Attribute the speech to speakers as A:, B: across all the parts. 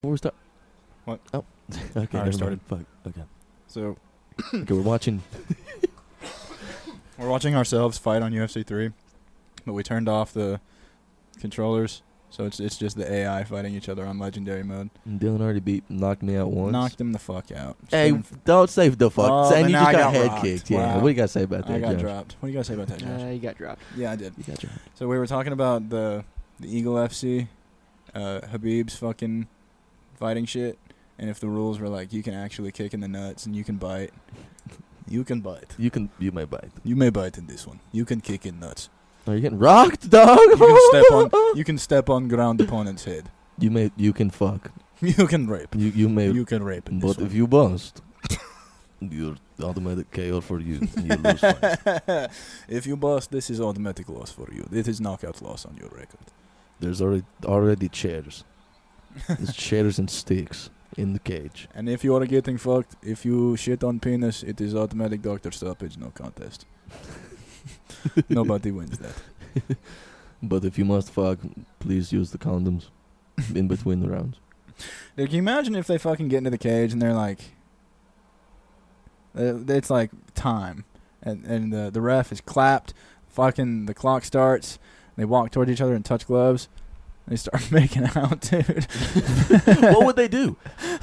A: Before we start.
B: What?
A: Oh. okay.
B: already
A: never
B: started.
A: Mind. Fuck. Okay.
B: So
A: Okay. We're watching.
B: we're watching ourselves fight on UFC three, but we turned off the controllers, so it's it's just the AI fighting each other on legendary mode.
A: Dylan already beat, knocked me out once.
B: Knocked them the fuck out. It's
A: Hey,
B: been-
A: don't say the fuck.
B: Oh,
A: and
B: then
A: you
B: now
A: just
B: I
A: got,
B: got
A: head
B: rocked.
A: kicked. Yeah.
B: Wow.
A: What do you got to say about that,
B: I got
A: Josh?
B: dropped. What do you guys say about that, Josh?
C: Uh, you got dropped.
B: yeah, I did.
A: You got dropped.
B: So we were talking about the the Eagle FC, uh, Habib's fucking fighting shit, and if the rules were like you can actually kick in the nuts and you can bite, you can bite.
A: You can. You may bite.
B: You may bite in this one. You can kick in nuts.
A: Are you getting rocked, dog?
B: You can step on. You can step on ground opponent's head.
A: You may. You can fuck.
B: You can rape.
A: You. You may.
B: You can rape. In
A: but
B: this
A: if you bust, you're automatic KO for you. And you lose fight.
B: one. if you bust, this is automatic loss for you. It is knockout loss on your record.
A: There's already already chairs. There's chairs and sticks in the cage.
B: And if you are getting fucked, if you shit on penis, it is automatic doctor stoppage, no contest. Nobody wins that.
A: But if you must fuck, please use the condoms in between the rounds.
B: Dude, can you imagine if they fucking get into the cage and they're like, uh, it's like time, and and the the ref is clapped, fucking the clock starts. They walk towards each other and touch gloves. They start making out, dude.
A: what would they do?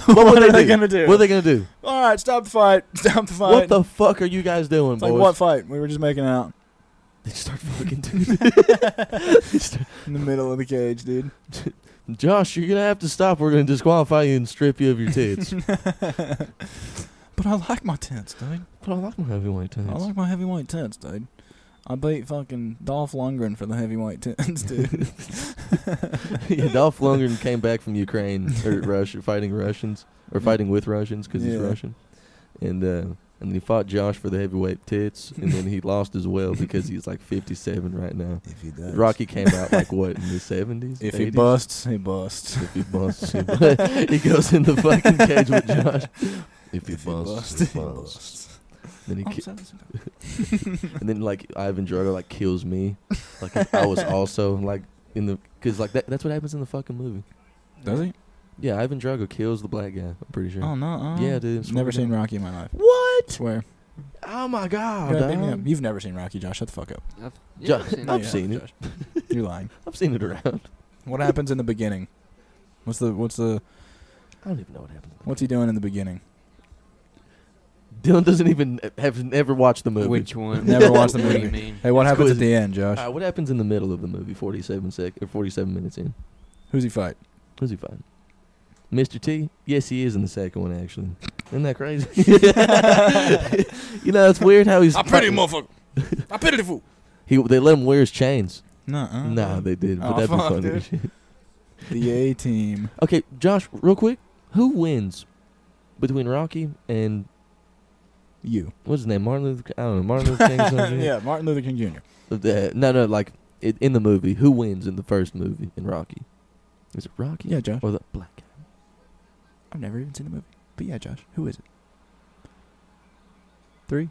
B: what
A: would
B: are
A: they
B: they
A: do?
B: gonna do?
A: What are they gonna do?
B: All right, stop the fight. Stop the fight.
A: What the fuck are you guys doing,
B: It's
A: boys?
B: like what fight? We were just making out
A: They start fucking doing.
B: in the middle of the cage, dude.
A: Josh, you're gonna have to stop. We're gonna disqualify you and strip you of your tits.
B: but I like my tents, dude.
A: but I like my heavyweight tits.
B: I like my heavyweight tents, dude. I beat fucking Dolph Lundgren for the heavyweight tents, dude.
A: yeah, Dolph Lundgren came back from Ukraine or Russia, fighting Russians or fighting with Russians because he's
B: Yeah.
A: Russian, and uh, and then he fought Josh for the heavyweight tits, and then he lost as well because he's like 57 right now.
B: if he does,
A: Rocky came out like what in the 70s?
B: If he
A: 80s?
B: busts, he busts.
A: if he busts, he, bu- he goes in the fucking cage with Josh. If he busts, he busts. Then he
B: Oh,
A: ki-
B: so- so-
A: and then like Ivan Drago like kills me, like if I was also like in the because like that, that's what happens in the fucking movie.
B: Does he?
A: Yeah, Ivan Drago kills the black guy. I'm pretty sure.
B: Oh no. uh,
A: Yeah, dude, it's
B: Never
A: fucking-
B: seen Rocky in my life.
A: What?
B: Swear.
A: Oh my
B: Go
A: god!
B: ahead, beat me up.
A: dog.
B: You've never seen Rocky, Josh. Shut the fuck up.
C: I've,
A: Jo-
C: yeah, I've seen
A: I've
C: it.
B: Yeah,
A: seen it.
B: Josh. You're lying.
A: I've seen it around.
B: What happens in the beginning? What's the what's the
A: I don't even know what happened.
B: what's he doing in the beginning?
A: Dylan doesn't even eh, have never watched the movie.
C: Which one?
B: Never watched the
C: What do
B: movie.
C: you mean?
B: Hey, what
A: It's Uh,
B: happens at
A: quiz.
B: the end, Josh?
A: Alright, what happens in the middle of the movie? Forty-seven sec or forty-seven minutes in.
B: Who's he fight?
A: Who's he fighting? Mr. T? Yes, he is in the second one. Actually, isn't that crazy? you know, it's weird how he's. fighting-
B: motherfucker. I pity the fool.
A: He they let him wear his chains.
B: Nuh-uh.
A: Nah, they did, but
B: Oh,
A: that'd be
B: fuck,
A: funny. as
B: dude.
A: shit.
B: The A team.
A: Okay, Josh, real quick, who wins between Rocky and
B: You.
A: what's his name? Martin Luther. Ki- I don't know. Martin Luther King. or something?
B: yeah, Martin Luther King Jr.
A: Uh, no, no, like it, in the movie, who wins in the first movie in Rocky? Is it Rocky
B: Yeah, Josh.
A: or the black guy?
B: I've never even seen the movie. But yeah, Josh. Who is it? Three,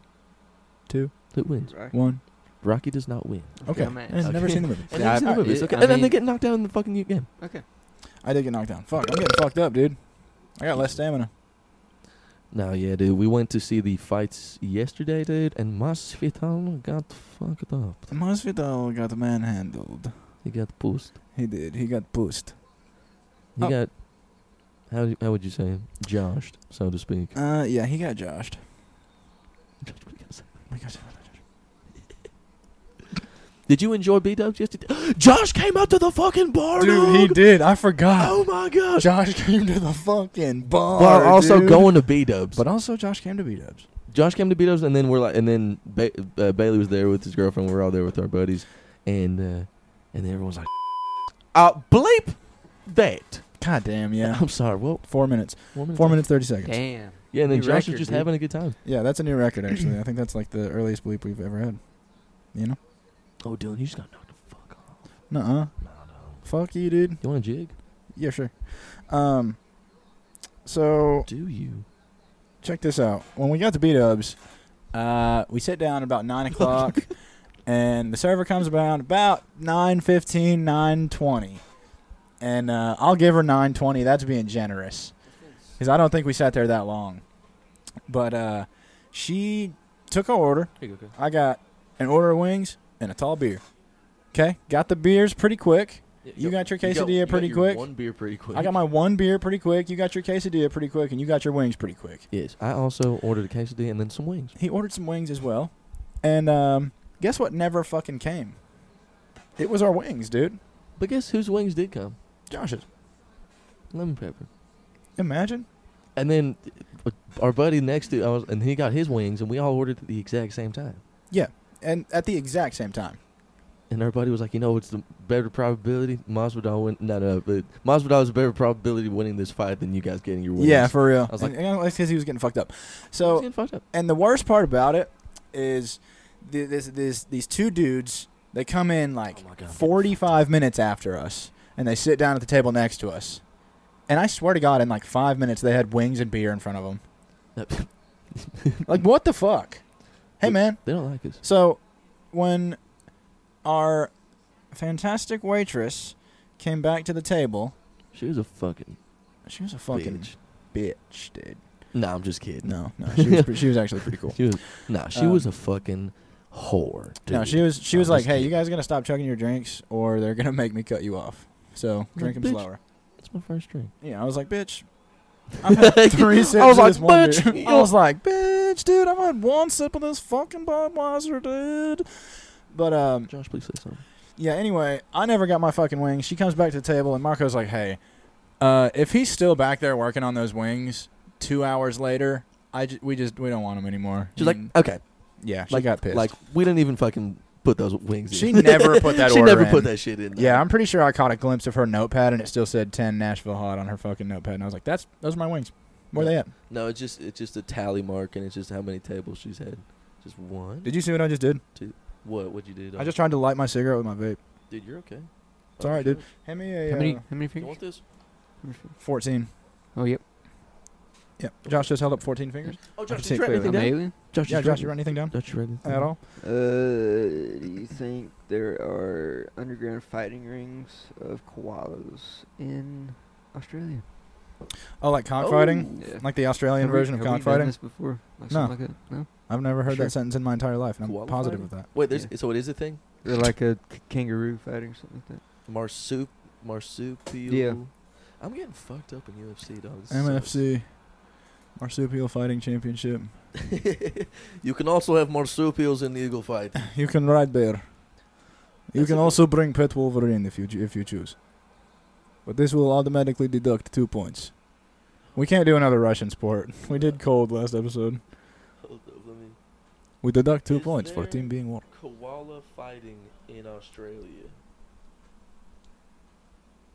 B: two,
A: Who wins?
C: Right.
B: one.
A: Rocky does not win.
B: Okay.
C: Dumbass.
B: I've never
A: Okay.
B: seen the movie.
A: And
C: Yeah,
A: they've seen
C: I-
A: the movies,
C: I-
A: okay?
C: I
A: and then they
C: mean-
A: get knocked out in the fucking new game.
C: Okay.
B: I did get knocked down. Fuck, I'm getting fucked up, dude. I got less stamina.
A: No, yeah, dude. We went to see the fights yesterday, dude, and Masvidal got fucked up.
B: Masvidal got manhandled.
A: He got pushed.
B: He did. He got pushed.
A: He
B: Oh.
A: got how do- how would you say him? joshed, so to speak.
B: Uh, yeah, he got joshed.
A: Did you enjoy B Dubs yesterday? Josh came out to the fucking bar,
B: Dude, he did. I forgot.
A: Oh my gosh.
B: Josh came to the fucking bar.
A: But also
B: dude.
A: going to B Dubs.
B: But also, Josh came to B-dubs.
A: Josh came to B Dubs, and then we're like, and then ba- uh, Bailey was there with his girlfriend. We were all there with our buddies, and uh, and everyone's like, uh, bleep that.
B: God damn, yeah.
A: I'm sorry. Well,
B: Four minutes.
A: one minute
B: Four
A: time.
B: minutes, 30 seconds.
C: Damn.
A: Yeah, and then
C: New
A: Josh was
C: record,
A: just
C: dude.
A: having a good time.
B: Yeah, that's a new record, actually. I think that's like the earliest bleep we've ever had. You know?
A: Oh, Dylan, you just got knocked the fuck off.
B: Nuh uh. Fuck you, dude.
A: You want a jig?
B: Yeah, sure. Um, so,
A: Do you?
B: check this out. When we got to B Dubs, uh, we sit down about 9 o'clock, and the server comes around about 9.15, 9.20. and uh, I'll give her 920. That's being generous, because I don't think we sat there that long. But uh, she took our order. I got an order of wings and a tall beer. Okay, got the beers pretty quick. You got your quesadilla
A: you got
B: pretty
A: your
B: quick.
A: One beer pretty quick.
B: I got my one beer pretty quick. You got your quesadilla pretty quick, and you got your wings pretty quick.
A: Yes, I also ordered a quesadilla and then some wings.
B: He ordered some wings as well, and um, guess what? Never fucking came. It was our wings, dude.
A: But guess whose wings did come?
B: Josh's.
A: Lemon pepper.
B: Imagine.
A: And then uh, our buddy next to I was, and he got his wings, and we all ordered at the exact same time.
B: And at the exact same time.
A: And our buddy was like, you know, it's the better probability. Masvidal win. No, no, but Masvidal is a better probability of winning this fight than you guys getting your wings.
B: Yeah, for real.
A: I was like-
B: And- and that's because he was getting fucked up.
A: It's
B: So,
A: getting fucked up.
B: and the worst part about it is th- this, this, these two dudes, they come in like
A: Oh my God.
B: 45 minutes after us, and they sit down at the table next to us. And I swear to God, in like five minutes, they had wings and beer in front of them. Like, what the fuck? Hey,
A: Look-
B: man.
A: they don't like us.
B: So, when our fantastic waitress came back to the table,
A: She was a fucking
B: she was a fucking
A: bitch.
B: bitch dude.
A: No, I'm just kidding.
B: No, no, she was, pre- she was actually pretty cool.
A: She was no, she
B: Um,
A: was a fucking whore. Dude.
B: No, she was she was
A: I'm
B: like,
A: just
B: "Hey,
A: kidding.
B: you guys gotta stop chugging your drinks, or they're gonna make me cut you off. So drink them
A: bitch.
B: slower."
A: That's my first drink.
B: Yeah, I was like, "Bitch." I've had three sips
A: I was
B: of
A: like,
B: this one
A: "Bitch,
B: beer."
A: you-
B: I was like, bitch, dude, I've had one sip of this fucking Budweiser, dude. But um,
A: Josh, please say something.
B: Yeah, anyway, I never got my fucking wings. She comes back to the table, and Marco's like, hey, uh, if he's still back there working on those wings two hours later, I j- we just we don't want him anymore.
A: She's like,
B: And-
A: okay,
B: yeah, she
A: like
B: got Mm. pissed.
A: Like we didn't even fucking put those wings.
B: she
A: in.
B: never put that
A: she
B: order
A: never
B: in.
A: put that shit in.
B: Yeah, I'm pretty sure I caught a glimpse of her notepad, and it still said 10 Nashville Hot on her fucking notepad, and I was like, that's those are my wings. Where they at?
A: No, it's just it's just a tally mark, and it's just how many tables she's had. Just one.
B: Did you see what I just did?
A: what? What you do?
B: I just tried to light my cigarette with my vape.
A: Dude, you're okay.
B: It's all right, dude. Hand me a
C: How many?
B: uh,
C: How many
A: You
C: fingers?
A: want this?
B: 14.
C: Oh, yep.
B: Yeah, Josh just held up 14 fingers.
A: Oh,
B: can
A: Josh,
B: see
A: did
B: it
A: you write
B: clearly.
A: anything
C: I'm
A: down?
C: alien.
A: Josh,
B: Yeah,
A: did
B: Josh, you
A: you
B: write anything down
A: Josh, you write anything
B: at all?
D: Uh, do you think there are underground fighting rings of koalas in Australia?
B: Oh, like cockfighting?
D: Yeah.
B: Like the Australian
C: Have we-
B: version of
C: have we done
B: cockfighting?
C: this before? Like
B: No.
C: something like that? No.
B: I've never heard
C: Sure.
B: that sentence in my entire life, and I'm
A: Koala
B: positive
A: fighting?
B: of that.
A: Wait, there's, so it is a thing.
D: Or like a k- kangaroo fighting or something like
A: Marsup, marsupial.
D: Yeah.
A: I'm getting fucked up in UFC, dog.
B: MFC Marsupial Fighting Championship.
A: you can also have marsupials in the eagle fight.
B: You can ride bear. You
A: That's
B: can
A: a bit-
B: also bring pet Wolverine if you cho- if you choose. But this will automatically deduct two points. We can't do another Russian sport. We did cold last episode.
A: Hold up, let me.
B: We deduct two
A: Is
B: points for
A: there-
B: team being one.
A: Koala fighting in Australia.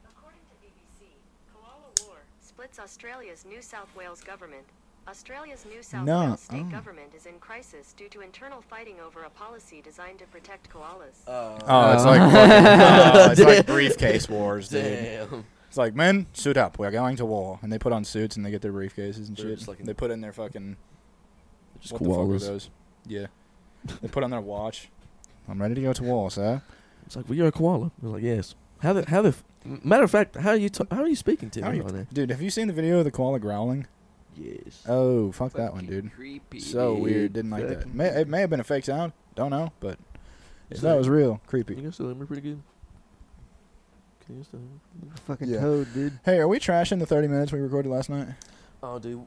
E: According to BBC, Koala War splits Australia's New South Wales government. Australia's New South
B: No,
E: Wales state
B: oh.
E: government is in crisis due to internal fighting over a policy designed to protect koalas.
A: Uh.
B: Oh, it's
C: Oh.
B: like fucking- oh, it's like briefcase wars, dude.
A: Ah, damn.
B: It's like men suit up. We're going to war, and they put on suits and they get their briefcases and
A: They're
B: shit.
A: just like in-
B: they put in their fucking
A: Just
B: what the fuck are
A: koalas.
B: those? Yeah. they put on their watch. I'm ready to go to war, sir.
A: It's like, well, you're a koala. We're like, yes. How the how the f- m- matter of fact, how are you ta- how are you speaking to
B: How are
A: me
B: you-
A: right now?
B: Dude, have you seen the video of the koala growling?
A: Yes.
B: Oh, fuck
D: that.
B: that one, dude.
D: Creepy.
B: So weird. Didn't like that. May, it may have been a fake sound. Don't know, but if that was real,
A: Can you
B: creepy.
A: guys still hear me pretty good? Can you guys still hear me?
D: fucking
B: Yeah.
D: toad, dude.
B: Hey, are we trashing the 30 minutes we recorded last night?
A: Oh, dude.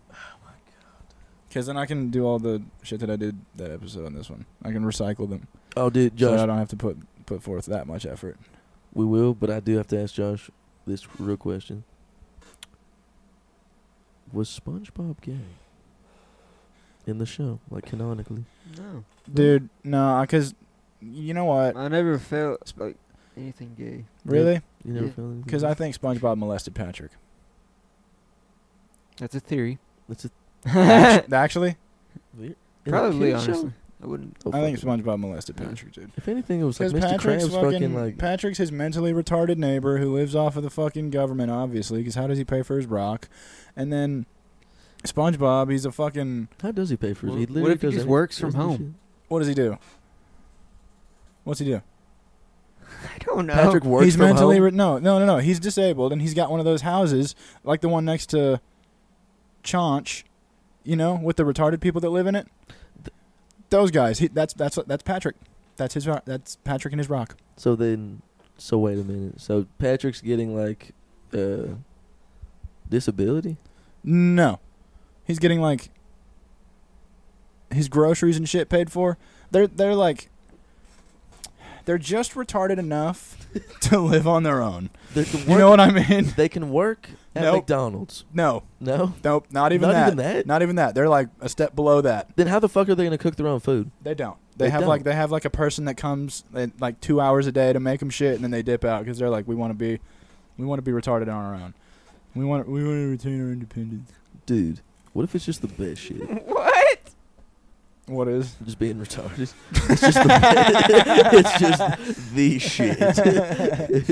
B: Because then I can do all the shit that I did that episode on this one. I can recycle them.
A: Oh, dude,
B: So I
A: Josh.
B: don't have to put put forth that much effort.
A: We will, but I do have to ask Josh this real question. Was SpongeBob gay in the show, like canonically?
D: No,
B: Dude, no, because you know what?
D: I never felt like anything gay.
B: Really?
A: You never
D: Yeah.
A: felt anything?
B: Because I think SpongeBob molested Patrick.
C: That's a theory.
A: That's a
B: Actu- Actually,
A: weird. in that
D: Probably,
A: kid's show?
D: honestly. I wouldn't.
A: Oh,
B: I
A: fuck
B: think
A: it.
B: SpongeBob molested
D: Yeah.
B: Patrick, dude.
A: If anything, it was like
B: Because
A: Mr.
B: Patrick's
A: Krabs
B: fucking,
A: fucking, like
B: Patrick's his mentally retarded neighbor who lives off of the fucking government, obviously. Because how does he pay for his rock? And then SpongeBob, he's a fucking
A: how does he pay for his?
C: Well,
A: He
C: what
A: literally
C: if he
A: does
C: just
A: every-
C: works from
A: does this
C: home?
A: shit.
B: what does he do? What's he do?
D: I don't know.
A: Patrick works
B: he's
A: from
B: mentally
A: home.
B: Re- no, no, no, no. He's disabled, and he's got one of those houses, like the one next to Chaunch, you know, with the retarded people that live in it. Those guys. He, that's that's that's Patrick. That's his. ro- That's Patrick and his rock.
A: so then, so wait a minute. So Patrick's getting like uh, disability.
B: No, he's getting like his groceries and shit paid for. They're they're like they're just retarded enough to live on their own.
A: They can
B: You know what I mean?
A: They can work at
B: Nope.
A: McDonald's.
B: No,
A: No,
B: nope, not even
A: not
B: that.
A: even that.
B: Not even that. They're like a step below that.
A: Then how the fuck are they gonna cook their own food?
B: They don't. They,
A: They
B: have like
A: don't.
B: they have like a person that comes they, like two hours a day to make them shit, and then they dip out because they're like, we want to be, we want to be retarded on our own. We want we want to retain our independence.
A: Dude, what if it's just the best shit?
D: what?
B: What is?
A: just being retarded. It's just the. it's just the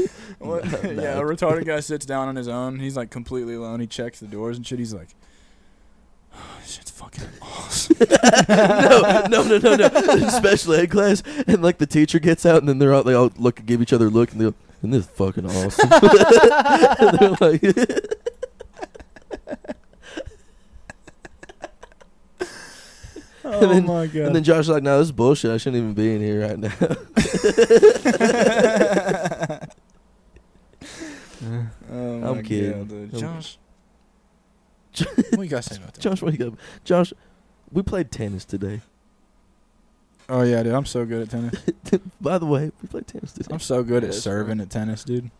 A: shit.
B: What?
A: No, no.
B: yeah, a retarded guy sits down on his own. He's like completely alone. He checks the doors and shit. He's like, oh, this shit's fucking awesome.
A: no, no, no, no, no. Special ed class, and like the teacher gets out, and then they're all they all look give each other a look, and they're like, "Isn't this fucking awesome?" And they're like,
B: oh
A: then-
B: my god.
A: and then Josh's like, "No, this is bullshit. I shouldn't even be in here right now."
B: oh my
A: I'm kidding.
B: God, dude.
A: I'm-
B: Josh. what you guys say about that?
A: Josh, wake up, Josh. We played tennis today.
B: Oh yeah, dude, I'm so good at tennis.
A: By the way, we played tennis today.
B: I'm so good
D: Yeah,
B: at
D: that's
B: serving at tennis, dude.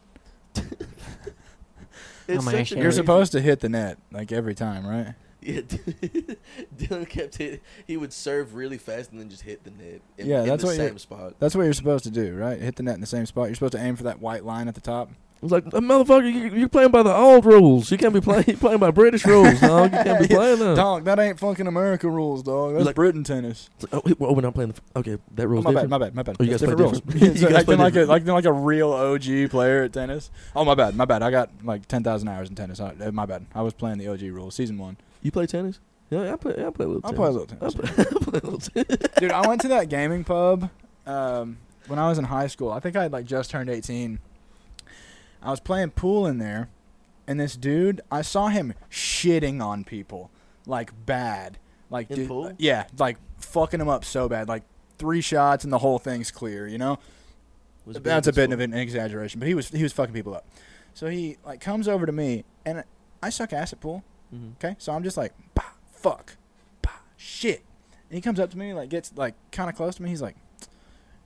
A: It's
D: my
A: such a
D: God.
B: You're
A: crazy-
B: supposed to hit the net like every time, right?
A: Yeah, dude. Dylan kept hitting. He would serve really fast and then just hit the net. In,
B: Yeah,
A: in
B: that's
A: the
B: what you-
A: same spot.
B: That's what you're supposed to do, right? Hit the net in the same spot. You're supposed to aim for that white line at the top.
A: I was like, motherfucker, you, you're playing by the old rules. You can't be playing playing by British rules. No, you can't be
B: Yeah.
A: playing them.
B: Dog, that ain't fucking America rules, dog. That's
A: Like-
B: Britain tennis.
A: It's like, Oh, wait, well, we're not playing the. Okay, that
B: Oh,
A: rule's
B: my bad,
A: different.
B: my bad, my bad.
A: Oh, you
B: That's
A: guys play different.
B: rules.
A: You guys play
B: acting like a
A: different.
B: like like a real OG player at tennis. Oh my bad, my bad. I got like ten thousand hours in tennis. I, uh, my bad. I was playing the OG rules, season one.
A: You play tennis? Yeah, I play. I play a little.
B: I
A: tennis.
B: play a little tennis.
A: I play, I play a little tennis.
B: Dude, I went to that gaming pub um, when I was in high school. I think I had like just turned 18. I was playing pool in there, and this dude, I saw him shitting on people like bad. Like
A: In
B: dude, uh,
A: pool?
B: yeah, like fucking them up so bad. Like three shots and the whole thing's clear, you know? That's a bit of an exaggeration, but he was he was fucking people up. So he like comes over to me and I suck ass at pool.
A: Mhm.
B: Okay, so I'm just like, bah, fuck, bah, shit. And he comes up to me, like gets like kind of close to me. He's like,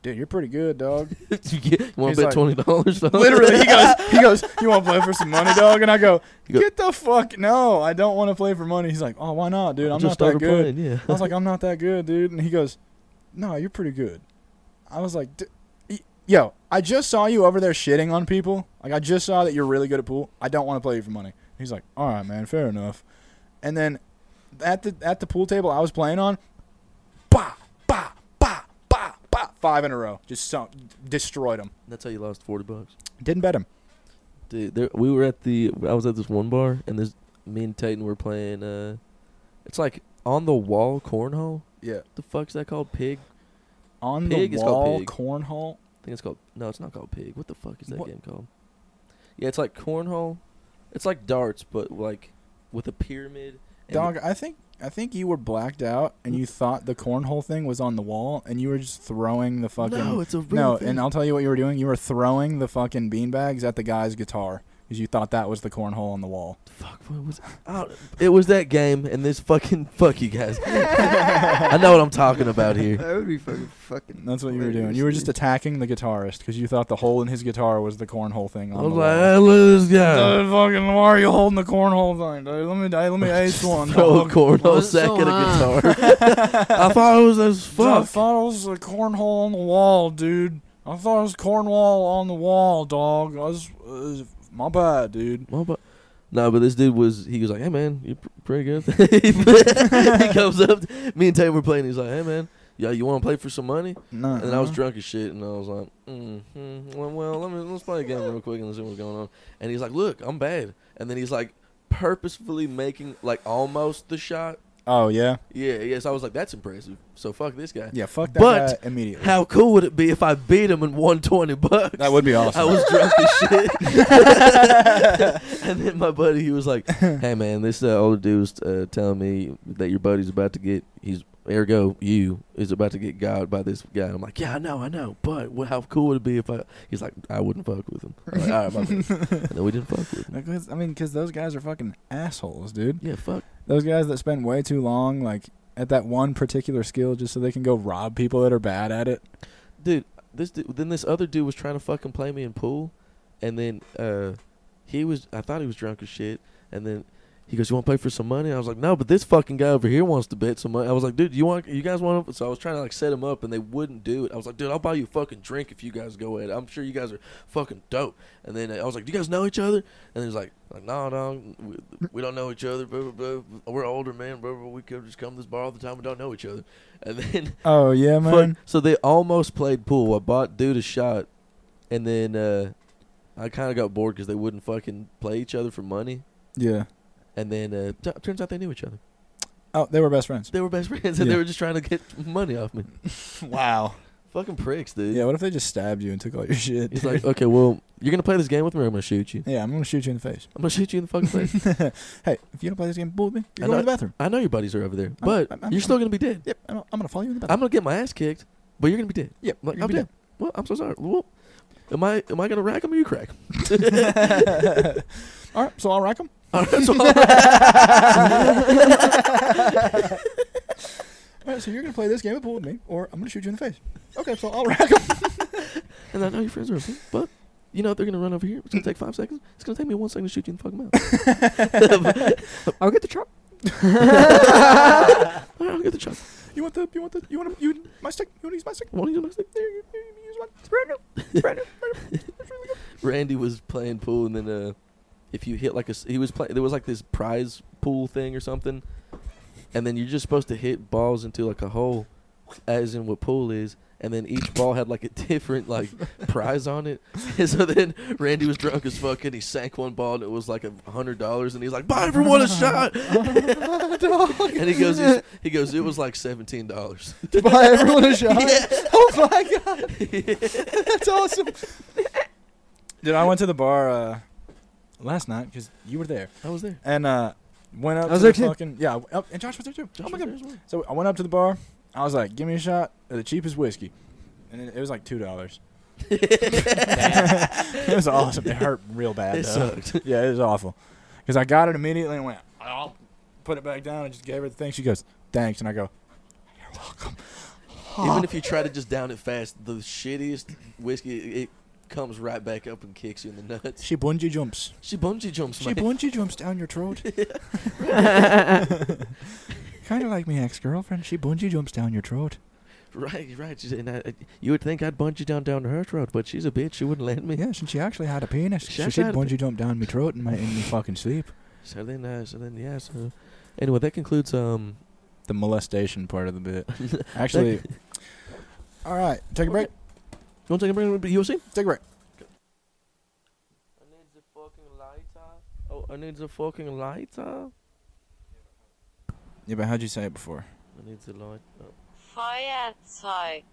B: dude, you're pretty good, dog.
A: you get, want
B: He's
A: to bet
B: like-
A: twenty dollars?
B: Literally, he goes, he goes, you want to play for some money, dog? And I go,
A: You go-
B: get the fuck, no, I don't want to play for money. He's like, oh, why not, dude? I'm
A: just
B: not that
A: started
B: good.
A: Playing, yeah.
B: I was like, I'm not that good, dude. And he goes, No, you're pretty good. I was like, D- y- Yo, I just saw you over there shitting on people. Like, I just saw that you're really good at pool. I don't want to play you for money. He's like, All right, man, fair enough. And then at the at the pool table I was playing on, bah, bah, bah, bah, bah, five in a row, just sunk, destroyed him.
A: That's how you lost forty bucks.
B: Didn't bet him.
A: Dude, there, we were at the. I was at this one bar, and this me and Tayton were playing. uh It's like on the wall cornhole.
B: Yeah.
A: The fuck's that called? Pig.
B: On
A: Pig
B: the
A: is called
B: wall,
A: pig.
B: cornhole.
A: I think it's called. No, it's not called Pig. What the fuck is that
B: What-
A: game called? Yeah, it's like cornhole. It's like darts, but like with a pyramid. and-
B: Dog, I think I think you were blacked out and you thought the cornhole thing was on the wall and you were just throwing the fucking
A: no, it's a real
B: No,
A: thing.
B: and I'll tell you what you were doing. You were throwing the fucking beanbags at the guy's guitar because you thought that was the cornhole on the wall.
A: Fuck, what was oh, it? Was that game and this fucking fuck you guys? I know what I'm talking about here.
D: That would be fucking fucking.
B: That's what you were doing. You were just
D: hilarious,
B: attacking the guitarist because you thought the hole in his guitar was the cornhole thing
A: I
B: on
A: was
B: the
A: like,
B: wall.
A: hey, look at this guy.
B: Dude, fucking, why are you holding the cornhole thing, dude? Let me, hey, let me ace one.
A: Throw a
B: dog.
A: cornhole
D: was it
A: sack
D: so
A: at a
D: high?
A: guitar. I thought it was as
B: I
A: fuck.
B: thought it was the cornhole on the wall, dude. I thought it was cornwall on the wall, dog. I was, uh, my bad, dude.
A: Well, but no, but this dude was he was like, "Hey man, you're pr- pretty good." he comes up, me and Taylor were playing. He's like, "Hey man, yeah, you want to play for some money?"
B: No.
A: And then I was drunk as shit, and I was like, mm well, well, let me let's play a game real quick and let's see what's going on." And he's like, "Look, I'm bad," and then he's like, purposefully making like almost the shot,
B: Oh yeah,
A: Yeah, yeah. So I was like, that's impressive. So fuck this guy.
B: yeah. Fuck that
A: But-
B: guy immediately.
A: How cool would it be if I beat him in 120 bucks?
B: that would be
A: I
B: awesome.
A: was drunk as shit. and then my buddy, he was like, "Hey man, this uh, old dude's uh, telling me that your buddy's about to get he's ergo you is about to get god by this guy." I'm like, "Yeah, I know, I know, but what, how cool would it be if I?" He's like, "I wouldn't fuck with him." I'm like, All right, my bad." And then we didn't fuck with him.
B: Because- I mean, because those guys are fucking assholes, dude.
A: Yeah, fuck.
B: Those guys that spend way too long, like at that one particular skill, just so they can go rob people that are bad at it.
A: dude. This du- then this other dude was trying to fucking play me in pool, and then uh, he was I thought he was drunk as shit, and then he goes, "You want to play for some money?" I was like, "No," but this fucking guy over here wants to bet some money. I was like, "Dude, you want you guys want?" to So I was trying to like set him up, and they wouldn't do it. I was like, "Dude, I'll buy you a fucking drink if you guys go at it. I'm sure you guys are fucking dope." And then uh, I was like, "Do you guys know each other?" And he was like, "Like, no, no, we, we don't know each other. Blah, blah, blah. We're older, man. Blah, blah. We could just come to this bar all the time. We don't know each other." And then
B: Oh yeah, man.
A: Fuck. So they almost played pool. I bought dude a shot, and then uh, I kind of got bored because they wouldn't fucking play each other for money.
B: Yeah.
A: And then uh, t- turns out they knew each other.
B: Oh, they were best friends.
A: They were best friends, and
B: Yeah.
A: they were just trying to get money off me.
B: wow.
A: Fucking pricks, dude.
B: Yeah. What if they just stabbed you and took all your shit?
A: He's
B: dude?
A: like, okay, well, you're gonna play this game with me, or I'm gonna shoot you.
B: yeah, I'm gonna shoot you in the face.
A: I'm gonna shoot you in the fucking face.
B: hey, if you don't play this game, with me, you're
A: I
B: going
A: know-
B: to the bathroom.
A: I know your buddies are over there, but
B: I'm- I'm-
A: you're still gonna be dead.
B: Yep, I'm, I'm gonna follow you in the bathroom.
A: I'm gonna get my ass kicked, but you're gonna be dead.
B: yep,
A: I'm like,
B: you're
A: I'm
B: gonna
A: dead. Well, I'm so sorry. Well, am I am I gonna rack him or you crack? 'em?
B: be dead. all right, so I'll rack 'em.
A: All right, so
B: All right, so you're gonna play this game of pool with me, or I'm gonna shoot you in the face. Okay, so I'll rack 'em.
A: And I know your friends are upset, but you know they're gonna run over here. It's gonna take five seconds. It's gonna take me one second to shoot you in the fucking mouth.
C: I'll get the truck.
A: All right, I'll get the chop.
B: You want the? You want the? You want to, you my stick? You want to use my stick?
A: Won't use my stick.
B: There you go. You Use mine. It's brand new. It's really good.
A: Randy was playing pool, and then uh, if you hit like a, s- he was playing. There was like this prize pool thing or something, and then you're just supposed to hit balls into like a hole, as in what pool is. And then each ball had like a different like prize on it. And so then Randy was drunk as fuck, and he sank one ball, and it was like a hundred dollars. And he's like, "Buy everyone a shot." and he goes, "It's- he goes, it was like seventeen dollars.
C: To buy everyone a shot. Oh my god.
B: That's awesome. Dude, I went to the bar uh, last night because you were there,
A: I was there.
B: and uh, went up.
C: I was
B: to
C: there
B: the
C: too.
B: Fucking, yeah, w- oh, and Josh was there too.
A: Josh
B: oh my
A: was
B: god.
A: there as well.
B: So I went up to the bar. I was like, "Give me a shot of the cheapest whiskey," and it it was like two dollars. it was awesome. It hurt real bad.
A: It
B: though.
A: sucked.
B: Yeah, it was awful. Because I got it immediately and went, I'll put it back down. and just gave her the thing. She goes, "Thanks," and I go, "You're welcome."
A: Even if you try to just down it fast, the shittiest whiskey it comes right back up and kicks you in the nuts.
B: She bungee jumps.
A: She bungee jumps,
B: She
A: man.
B: bungee jumps down your throat. kind of like my ex-girlfriend. She bungee jumps down your throat.
A: right, right. She's- and I, uh, you would think I'd bungee down down to her throat, but she's a bitch. She wouldn't let me.
B: Yeah, since she actually had a penis,
A: She
B: so
A: actually
B: she'd
A: had a
B: bungee jump down my throat in my in my fucking sleep.
A: So then, uh, so then, yeah. So anyway, that concludes. Um,
B: The molestation part of the bit. Actually. All right, take a break.
A: you want to take a break? But you'll see.
B: Take a break.
A: I need the fucking lighter. Oh, I need the fucking lighter.
B: Yeah, but how'd you say it before?
A: I need the light. Oh.
E: Feuerzeug.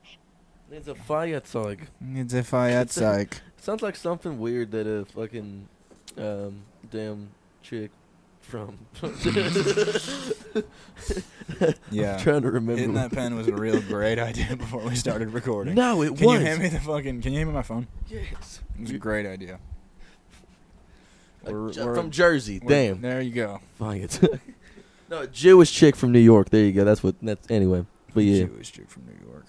A: Needs a fire tug.
B: It's if I had psych.
A: Sounds like something weird that a fucking um, damn chick from.
B: Yeah.
A: trying to remember.
B: Hitting that pen was a real great idea before we started recording.
A: No, it
B: can
A: was.
B: you hand me the fucking? Can you hand me my phone?
A: Yes.
B: It was a
A: You-
B: great idea.
A: a
B: We're-
A: Ju-
B: we're-
A: from Jersey.
B: we're-
A: Damn.
B: There you go.
A: Fuck it. no, a Jewish chick from New York. There you go. That's what. That's anyway. But yeah,
B: Jewish chick from New York.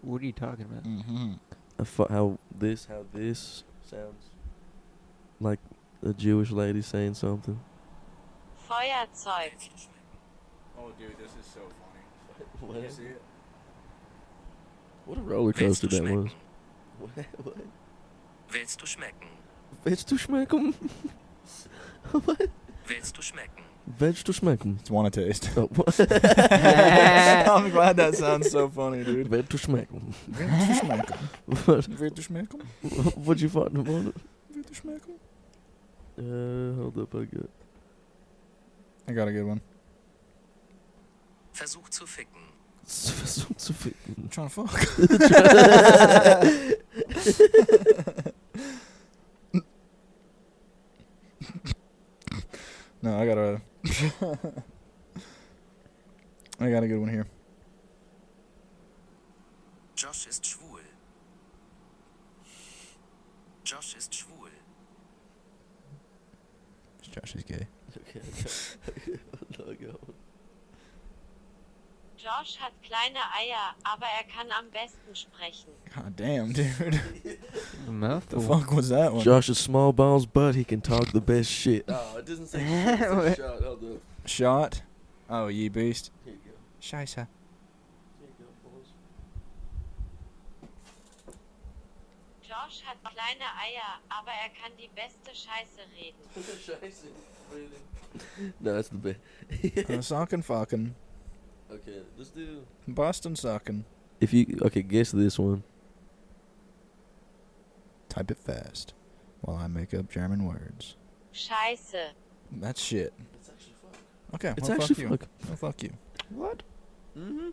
D: What are you talking about?
B: Mm-hmm.
A: I fu- how this how this sounds like a Jewish lady saying something.
E: Feuerzeug.
B: Oh, dude, this is so funny.
A: What, a
B: it?
A: roller coaster that was. What? what?
F: Willst du schmecken?
A: Willst du schmecken? what?
F: Willst du schmecken?
A: Willst du schmecken?
B: It's want to taste.
A: Oh, what?
B: I'm glad that sounds so funny, dude.
A: Willst du schmecken?
B: Willst du schmecken?
A: What?
B: Willst du schmecken?
A: What'd you find in the morning?
B: Willst du schmecken?
A: Uh, hold up, I got.
B: I got a good one.
F: Versuch zu ficken.
A: zu ficken.
B: I'm trying to fuck. no, I got a. I got a good one here.
F: Josh ist schwul. Josh ist schwul.
B: Josh is gay.
A: Okay, okay. No, go.
E: Josh hat kleine Eier, aber er kann am besten sprechen.
B: God damn, dude.
C: A
B: the
C: mouthful.
B: fuck was that one?
A: Josh is small balls, but he can talk the best shit. Oh, it doesn't say
D: shit, it says
A: shot. Hold up.
B: Shot. Oh, ye beast.
A: Here you go.
C: Scheiße.
A: Here you go, boys.
E: Josh hat kleine Eier, aber er kann die beste Scheiße reden.
A: no, that's the best.
B: Uh, sockin' fucking.
A: Okay, let's do.
B: Boston sockin'.
A: If you okay, guess this one.
B: Type it fast while I make up German words.
E: Scheiße.
B: That's shit.
A: It's actually fuck.
B: Okay,
A: It's
B: well,
A: actually
B: fuck you.
A: fuck.
B: Well, fuck you.
D: What? Mm-hmm.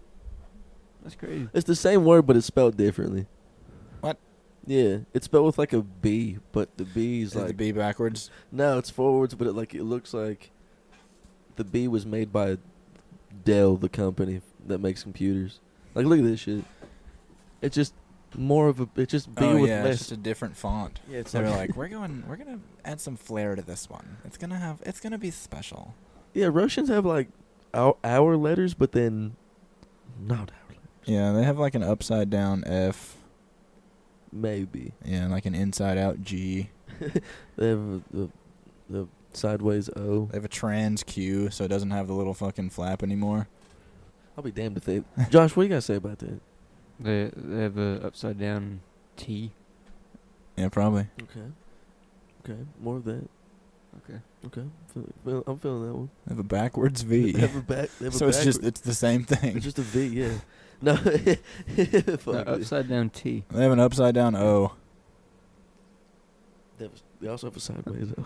D: That's crazy.
A: It's the same word, but it's spelled differently.
B: What?
A: Yeah, it's spelled with like a B, but the B is
B: Is the
A: like
B: B backwards?
A: no, it's forwards, but it like it looks like the B was made by Dell, the company that makes computers. Like, look at this shit. It's just more of a. It's just B
B: oh
A: with
B: yeah,
A: less.
B: it's just a different font.
A: yeah, it's
B: So
A: like,
B: we're like, we're going, we're gonna add some flair to this one. It's gonna have, it's gonna be special.
A: yeah, Russians have like our, our letters, but then not our letters.
B: Yeah, they have like an upside down F,
A: Maybe
B: yeah, and like an inside out G.
A: they have the the sideways O.
B: They have a trans Q, so it doesn't have the little fucking flap anymore.
A: I'll be damned if they. Josh, what you gotta say about that?
C: They, they have a upside down T.
B: Yeah, probably.
A: Okay. Okay. More of that.
C: Okay.
A: Okay. Feel- feel- I'm feeling that one.
B: They have a backwards V.
A: They have a back. They have a
B: so it's just,
A: backward-
B: it's the same thing.
A: it's just a V. Yeah. No.
C: No,
A: Fuck it.
C: upside down T.
B: They have an upside down O.
A: They, have a- they also have a sideways O.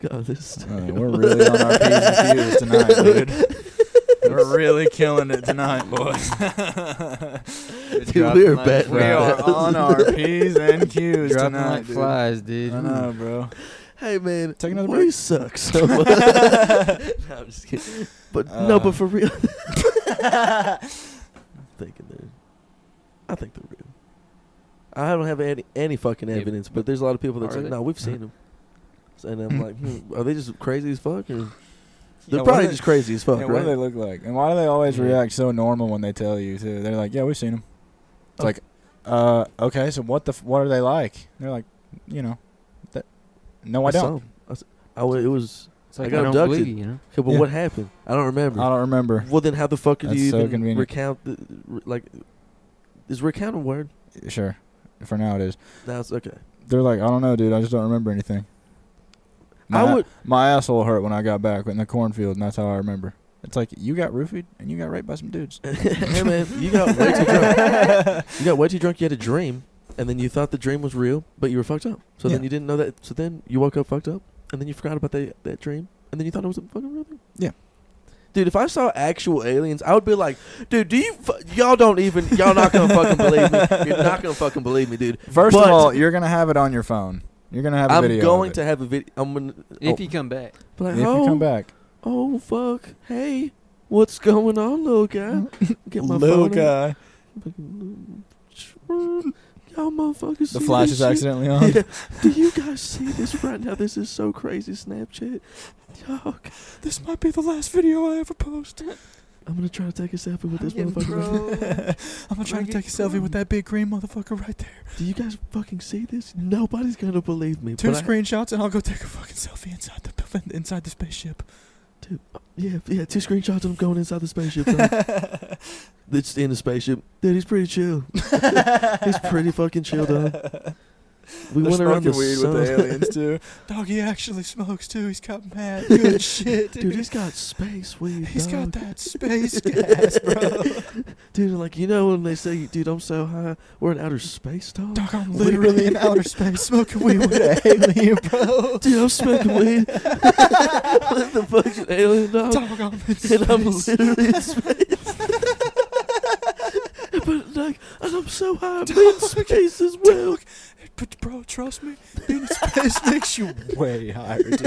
A: God, this. is
B: Uh,
A: terrible.
B: we're really on our P's and Q's tonight, dude. We're really killing it tonight, boys.
A: Dude, we are bad.
B: We are on our P's and Q's
C: Dropping
B: tonight,
C: like
B: dude.
C: flies, dude. Mm.
B: I know, bro.
A: Hey man,
B: Take another
A: we
B: break.
A: suck so much. no, I'm just kidding. But no,
B: Uh,
A: but for real, thinking they're, I think they're real. I don't have any any fucking
C: Yeah,
A: evidence, but there's a lot of people that's
C: are
A: like,
C: they?
A: no, we've seen them. And I'm like, hmm, are they just crazy as fuck? Or? They're
B: Yeah, what
A: probably
B: do
A: just crazy as
B: they-
A: fuck,
B: yeah, What do they
A: right?
B: look like? And why do they always
C: Yeah.
B: react so normal when they tell you too? They're like, "Yeah, we've seen them." It's
A: Oh.
B: like, uh, okay, so what the f- what are they like? They're like, you know, that. No, I
A: saw
B: don't.
A: 'em. I, s- I wa- it was.
C: It's like
A: I got
C: I don't
A: abducted.
C: believe you, you know?
A: Okay, but
B: Yeah.
A: what happened? I don't remember.
B: I don't remember.
A: well, then how the fuck could
B: That's
A: you
B: so
A: even
B: convenient.
A: recount? The, re- like, is recount a word?
B: Sure, for now it is.
A: That's okay.
B: They're like, I don't know, dude. I just don't remember anything. My,
A: I would.
B: my asshole hurt when I got back in the cornfield, and that's how I remember. It's like you got roofied and you got raped by some dudes.
A: hey man, you got way too drunk. You got way too drunk. You had a dream, and then you thought the dream was real, but you were fucked up. So then
B: Yeah.
A: you didn't know that. So then you woke up fucked up, and then you forgot about that that dream, and then you thought it was a fucking real thing.
B: Yeah.
A: Dude, if I saw actual aliens, I would be like, dude, do you fu- y'all don't even y'all not gonna fucking believe me. You're not gonna fucking believe me, dude.
B: First
A: But
B: of all, you're gonna have it on your phone. You're gonna have a
A: I'm
B: video. of
A: going
B: it.
A: to have a video. I'm gonna
C: If
A: oh,
C: you come back.
A: be like,
B: if
A: oh,
B: you come back.
A: oh fuck, hey, what's going on, little guy? Get my phone out.
B: guy.
A: Y'all motherfuckers.
B: The
A: see
B: flash
A: this
B: is
A: shit?
B: accidentally on.
A: Yeah. Do you guys see this right now? This is so crazy, Snapchat. Yuck.
B: This might be the last video I ever post.
A: I'm gonna try to take a selfie with this
D: getting
A: motherfucker. right-
D: pro.
B: I'm gonna
D: try to take a selfie with
B: that big green motherfucker right there.
A: Do you guys fucking see this? Nobody's gonna believe me. but I-
B: screenshots, and I'll go take a fucking selfie inside the inside the spaceship.
A: yeah, yeah. Two screenshots of him going inside the spaceship. It's in the spaceship. Dude, he's pretty chill. he's pretty fucking chill, dog. We went around the sun.
B: too. Dog, he actually smokes too. He's got mad
A: good
B: shit,
A: Dude, he's got space weed.
B: He's
A: dog.
B: got that space gas, bro.
A: Dude, like you know when they say, "Dude, I'm so high, we're in outer space, dog."
B: Dog, I'm literally in outer space smoking weed with an alien, bro.
A: Dude, I'm smoking weed. what the fuck's an alien dog? and I'm literally in space. but like, and I'm so high, I'm in space as well.
B: But bro, trust me, being in space makes you way higher, dude.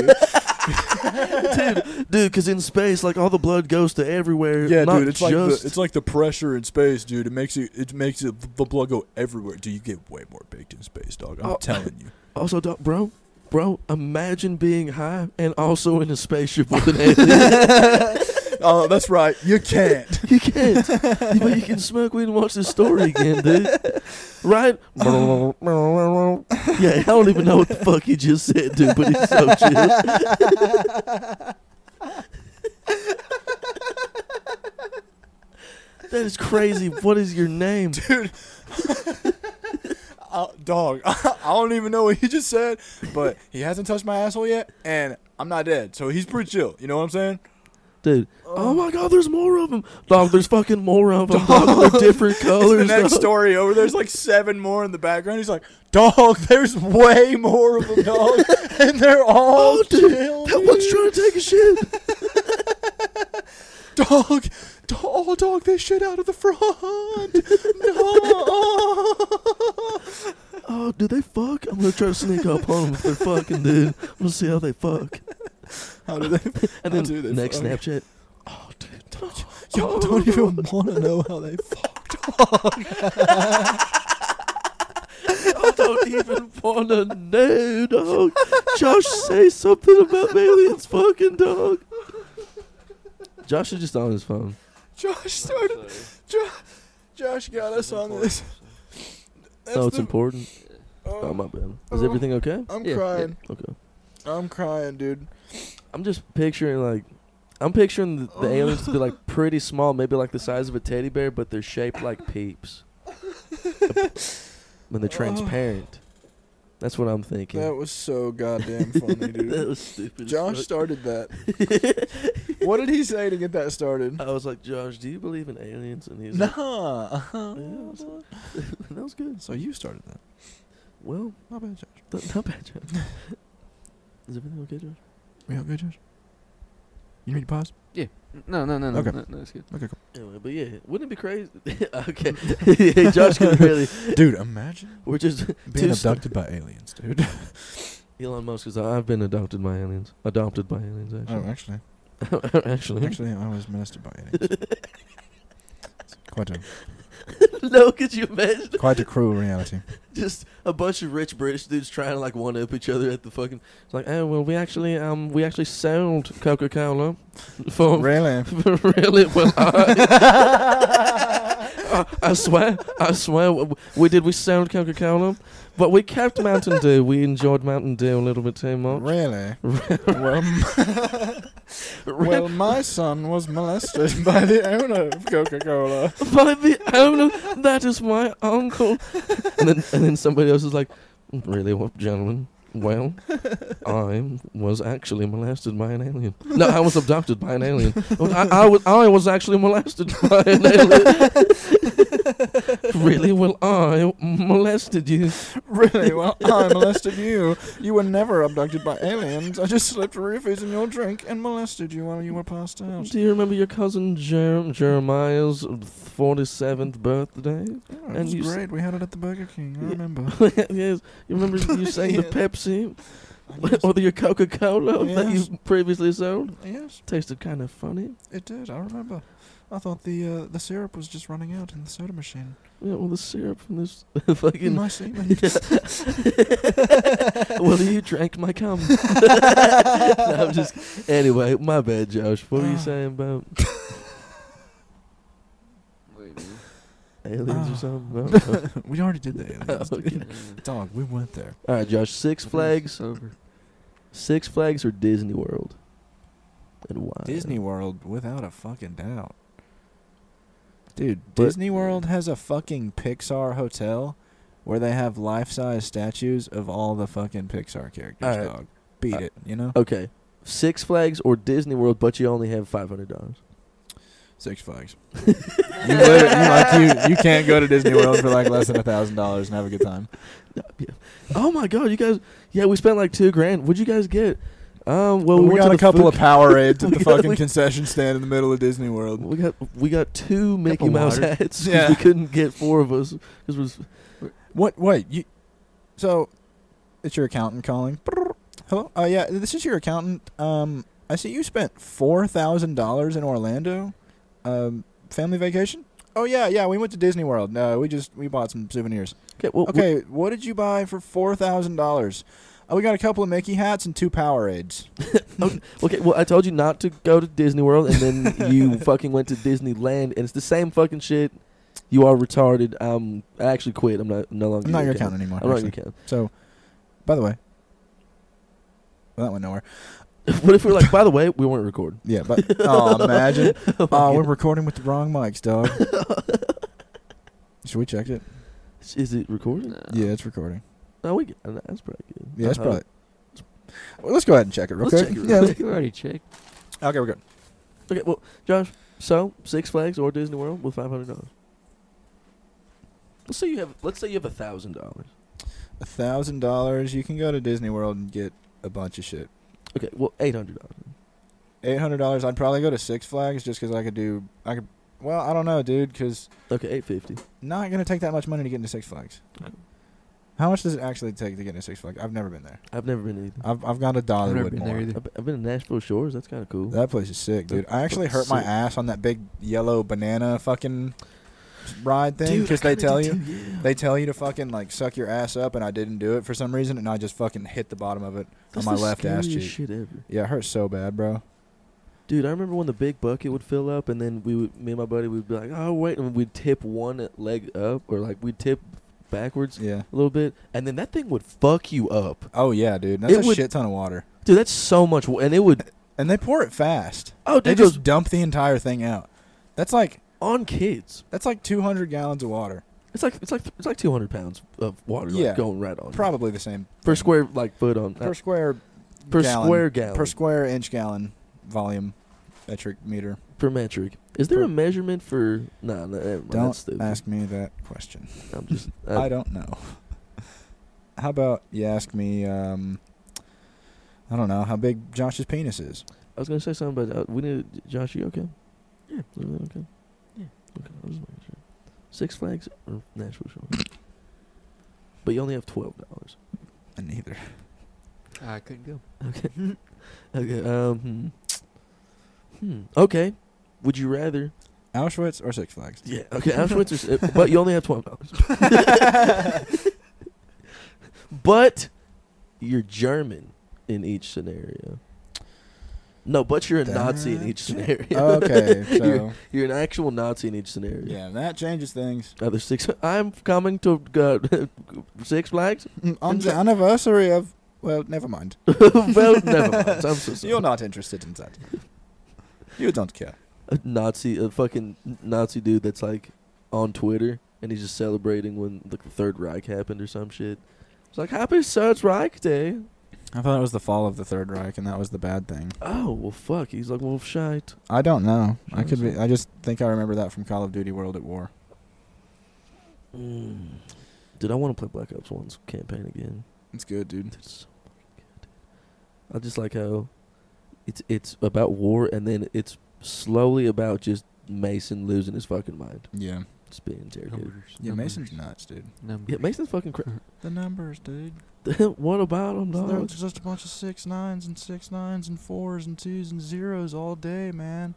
A: dude, dude, because in space, like all the blood goes to everywhere. not just,
B: like the pressure in space, dude. It makes you it makes it, the blood go everywhere. Dude, you get way more baked in space, dog.
A: Oh.
B: telling you.
A: also, dog, bro, bro, imagine being high and also in a spaceship with an alien.
B: oh, that's right. You can't.
A: you can't, but you can smoke weed and watch this story again, dude. Right? yeah, I don't even know what the fuck he just said, dude, but he's so chill. That is crazy. What is your name?
B: Uh, dog, I don't even know what he just said, but he hasn't touched my asshole yet, and I'm not dead, so he's pretty chill. You know what I'm saying?
A: Dude. Oh my god, there's more of them. Dog, there's fucking more of them. Dog, they're different
B: It's the
A: colors.
B: next
A: dog.
B: story over. There's like seven more in the background. He's like, dog, there's way more of them, dog, and they're all
A: Oh, dude,
B: chill.
A: That one's
B: dude.
A: trying to take a shit.
B: dog, dog, oh, dog, they shit out of the front. No.
A: Oh, do they fuck? I'm gonna try to sneak up on them if they're fucking, dude. I'm gonna see how they fuck.
B: How do they?
A: And
B: How
A: then
B: do they
A: next
B: fuck?
A: Snapchat.
B: Oh, dude, don't you, y'all don't even want to know how they fucked.
A: I don't even wanna know, dog. Josh, say something about aliens fucking, dog. Josh is just on his phone.
B: Josh started. Josh, Josh got us on this. That's
A: No, it's
B: the-
A: important. Oh,
B: um,
A: my bad. Is
B: um,
A: everything okay?
B: I'm
C: Yeah, yeah.
B: crying.
A: Okay.
B: I'm crying, dude.
A: I'm just picturing like, I'm picturing the,
B: Oh.
A: the aliens to be like pretty small, maybe like the size of a teddy bear, but they're shaped like peeps. when they're transparent. That's what I'm thinking.
B: Oh. That was so goddamn funny,
A: that
B: dude.
A: was stupid. as
B: Josh
A: fuck.
B: started that. What did he say to get that started?
A: I was like, Josh, do you believe in aliens? And he's like,
B: Nah. uh-huh.
A: that was good.
B: So you started that.
A: Well,
B: My bad, Josh.
A: th- not bad, Josh. Is everything okay, Josh?
B: We all good, Josh? You need to pause?
C: No, no, no, no.
B: Okay.
C: No, no, it's good.
B: Okay, cool.
A: Anyway, but yeah, wouldn't it be crazy? okay, yeah, Josh could really.
B: Dude, imagine
A: We're just
B: being
A: Two sto-
B: abducted by aliens, dude.
A: Elon Musk is. I've been adopted by aliens. Adopted by aliens,
B: oh,
A: actually.
B: actually.
A: actually,
B: Actually, I was ministered by aliens. It's quite a
A: no. Could you imagine?
B: quite a cruel reality.
A: Just a bunch of rich British dudes trying to like one up each other at the fucking. It's like, oh well, we actually um we actually sold Coca Cola for
B: Really?
A: really? Well, I, I, I swear, I swear, w- we did. We sold Coca Cola, but we kept Mountain Dew. We enjoyed Mountain Dew a little bit too much.
B: Really? well, m- well, my son was molested by the owner of Coca Cola.
A: By the owner, that is my uncle. and then, and then somebody else is like, really, what, gentlemen? Well, I was actually molested by an alien. No, I was abducted by an alien. I, I, was, I was actually molested by an alien. really? Well, I molested you.
B: Really? Well, I molested you. You were never abducted by aliens. I just slipped roofies in your drink and molested you while you were passed out.
A: Do you remember your cousin Jer- Jeremiah's 47th birthday?
B: Yeah, it
A: And
B: was
A: you s-
B: Oh, great. We had it at the Burger King. I
A: Yeah.
B: remember.
A: yes. You remember you saying the
B: Yes.
A: Pepsi
B: I guess-
A: or your Coca Cola that
B: Yes.
A: you previously sold?
B: yes,
A: Tasted kind of funny.
B: it did. I remember. I thought the uh, the syrup was just running out in the soda machine.
A: Yeah, well, the syrup from this fucking.
B: My semen.
A: well, you drank my cum. no, I'm just. Anyway, my bad, Josh. What were
B: Ah.
A: you saying about
C: Wait, man.
A: aliens
B: Ah.
A: or something? I don't know.
B: we already did the aliens.
A: Oh,
B: dude.
A: okay.
B: Dog, we went there.
A: All right, Josh. Six Flags,
C: Over.
A: Six Flags, or Disney World, and why?
B: Disney World without a fucking doubt. Dude,
A: But-
B: Disney World has a fucking Pixar hotel where they have life-size statues of all the fucking Pixar characters,
A: Alright.
B: dog. Beat
A: Uh,
B: it, you know?
A: Okay, Six Flags or Disney World, but you only have five hundred dollars.
B: Six Flags. you, literally, you like you you can't go to Disney World for like less than a thousand dollars and have a good time.
A: Oh my god, you guys! Yeah, we spent like two grand. What'd you guys get? Um, well,
B: But
A: we, went
B: we got
A: to
B: a
A: the
B: couple
A: food-
B: of Powerades at
A: We
B: the
A: got-
B: fucking
A: we-
B: concession stand in the middle of Disney World.
A: We got we got two Mickey
C: Couple
A: Mouse
C: water.
A: hats. 'cause
B: Yeah.
A: we couldn't get four of us. 'cause was
B: What? Wait, you. So, it's your accountant calling. Brrr. Hello. Uh, yeah, this is your accountant. Um, I see you spent four thousand dollars in Orlando. Um, family vacation. Oh yeah, yeah. We went to Disney World. No, we just we bought some souvenirs.
A: okay. Well, we-
B: Okay, what did you buy for four thousand dollars? Oh, we got a couple of Mickey hats and two Powerades.
A: Okay, well, I told you not to go to Disney World, and then you fucking went to Disneyland, and it's the same fucking shit. You are retarded. Um, I actually quit. I'm not no longer.
B: I'm not
A: your
B: your accountant anymore.
A: I'm not your
B: actually.
A: accountant.
B: So, by the way, well, that went nowhere.
A: what if we were like, by the way, we weren't recording?
B: Yeah, but oh, imagine.
A: Oh, my
B: Oh, we're
A: God.
B: recording with the wrong mics, dog. Should we check it?
A: Uh-huh. is it recording?
B: Yeah, it's recording.
A: No, we. Can, that's probably good.
B: Yeah, it's
A: Uh-huh.
B: probably. Well, let's go ahead and check it real
A: Let's
B: quick.
A: check it real
B: yeah.
A: quick.
C: You already checked.
B: let's- Okay, we're good.
A: Okay, well, Josh, so Six Flags or Disney World with five hundred dollars. Let's say you have. Let's say you have a thousand dollars.
B: A thousand dollars. You can go to Disney World and get a bunch of shit.
A: Okay, well, eight hundred dollars.
B: Eight hundred dollars. I'd probably go to Six Flags just because I could do. I could. Well, I don't know, dude. Because
A: Okay, eight fifty.
B: not gonna take that much money to get into Six Flags. How much does it actually take to get into Six Flags? I've never been there.
A: I've never been to either.
B: I've I've gone to
C: I've never
B: Dollywood
C: been
B: more.
C: there either.
A: I've, I've been to Nashville Shores. That's kind of cool.
B: That place is sick, dude. I actually hurt
A: That's
B: my
A: sick.
B: ass on that big yellow banana fucking ride thing
A: Dude, I
B: because they
A: kinda
B: tell
A: did
B: you
A: too, yeah.
B: they tell you to fucking like suck your ass up, and I didn't do it for some reason, and I just fucking hit the bottom of it
A: That's
B: on my
A: the
B: left ass
A: scariest
B: cheek.
A: Shit ever.
B: Yeah, it hurt so bad, bro.
A: Dude, I remember when the big bucket would fill up, and then we would, me and my buddy would be like, "Oh wait," and we'd tip one leg up, or like we'd tip backwards
B: Yeah.
A: a little bit, and then that thing would fuck you up.
B: Oh yeah, dude. That's
A: It
B: a
A: would-
B: shit ton of water,
A: Dude, that's so much, wa- and it would.
B: and they pour it fast.
A: Oh, dude,
B: They
A: it goes
B: just dump the entire thing out. That's like
A: on kids.
B: that's like 200 gallons of water,
A: It's like it's like it's like 200 pounds of water like,
B: Yeah.
A: going right on
B: probably the same
A: per square like foot on uh,
B: per square
A: per
B: gallon,
A: square gallon
B: per square inch gallon volume metric meter.
A: per metric. Is there
B: per-
A: a measurement for? Nah, nah never mind,
B: Don't
A: that's stupid.
B: ask me that question.
A: I'm just. uh,
B: I
A: I,
B: don't know. How about you ask me? Um, I don't know how big Josh's penis is.
A: I was gonna say something, but uh, we need Josh. You okay? Yeah. okay. Yeah. Okay. I was making sure. Six Flags or Nashville Shore. but you only have twelve dollars. Uh,
B: And neither.
C: I couldn't go.
A: Okay. Um. Hmm. hmm. Okay. Would you rather?
B: Auschwitz or Six Flags?
A: Yeah. Okay. Auschwitz is, uh, but you only have twelve dollars. but you're German in each scenario. No, but you're a Nazi in each scenario.
B: Oh, okay,
A: you're,
B: so
A: you're an actual Nazi in each scenario.
B: yeah, that changes things.
A: Other six. I'm coming to uh, Six Flags.
B: Mm, On the anniversary of well, never mind.
A: well, never mind. I'm so sorry.
B: You're not interested in that. You don't care.
A: a Nazi, a fucking Nazi dude that's like on Twitter and he's just celebrating when like the Third Reich happened or some shit. It's like Happy Third Reich Day.
B: I thought it was the fall of the Third Reich, and that was the bad thing.
A: Oh well, fuck. He's like, well, shite.
B: I don't know. I
A: Sure,
B: could be.
A: so-
B: I just think I remember that from Call of Duty World at War.
A: Mm. Dude, I want to play Black Ops One's campaign again.
B: It's good, dude.
A: Dude, it's so fucking good. I just like how it's it's about war and then it's slowly about just Mason losing his fucking mind.
B: Yeah.
A: Just being interrogated.
C: Numbers.
B: Yeah,
C: numbers,
B: Mason's nuts, dude.
C: Numbers.
A: Yeah, Mason's fucking cra-
B: The numbers, dude.
A: What about him,
B: There
A: dog?
B: was just a bunch of six nines and six nines and fours and twos and zeros all day, man.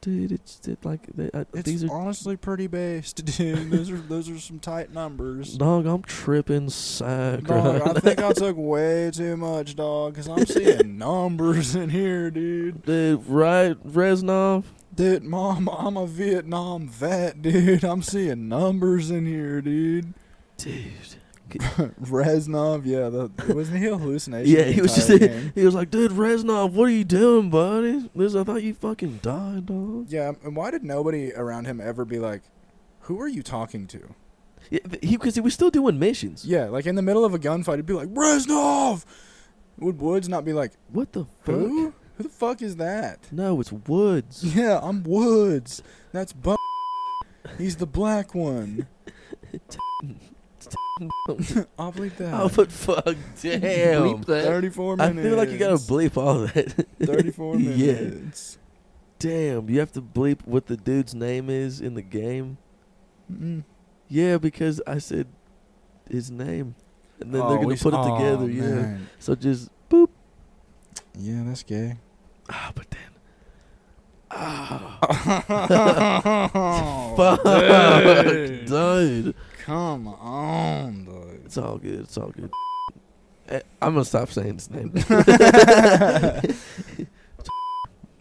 A: Dude, it's it, like they, I,
B: It's
A: these are
B: honestly pretty based, dude. those are those are some tight numbers.
A: dog. I'm tripping sack.
B: Dog, I think I took way too much, dog, because I'm seeing numbers in here, dude.
A: Dude, right, Reznov.
B: Dude, mom, I'm a Vietnam vet, dude. I'm seeing numbers in here, dude.
A: Dude,
B: Reznov, yeah, the, wasn't he a hallucination?
A: yeah,
B: the
A: he was just
B: entire game?
A: he was like, dude, Reznov, what are you doing, buddy? Liz, I thought you fucking died, dog.
B: Yeah, um, and why did nobody around him ever be like, "Who are you talking to?"
A: Yeah, th- he because he was still doing missions.
B: Yeah, like in the middle of a gunfight, it'd be like Reznov. Would Woods not be like,
A: What the fuck?
B: "Who? Who the fuck is that?"
A: No, it's Woods.
B: Yeah, I'm Woods. That's bu- He's the black one. I'll bleep that.
A: Oh, but fuck, damn.
D: Bleep that.
B: 34
A: I
B: minutes.
A: feel like you gotta bleep all that.
B: 34
A: Yeah.
B: minutes.
A: damn, you have to bleep what the dude's name is in the game.
B: Yeah. Mm.
A: Yeah, because I said his name, and then they're
B: Oh,
A: gonna
B: we-
A: put it
B: oh,
A: together. Yeah.
B: man.
A: So just boop.
B: Yeah, that's gay.
A: Ah, but then. Ah.
B: Fuck.
A: Fuck,
B: dude.
A: dude.
B: Come on, dude.
A: It's all good. It's all good. Eh, I'm gonna stop saying his name.
B: God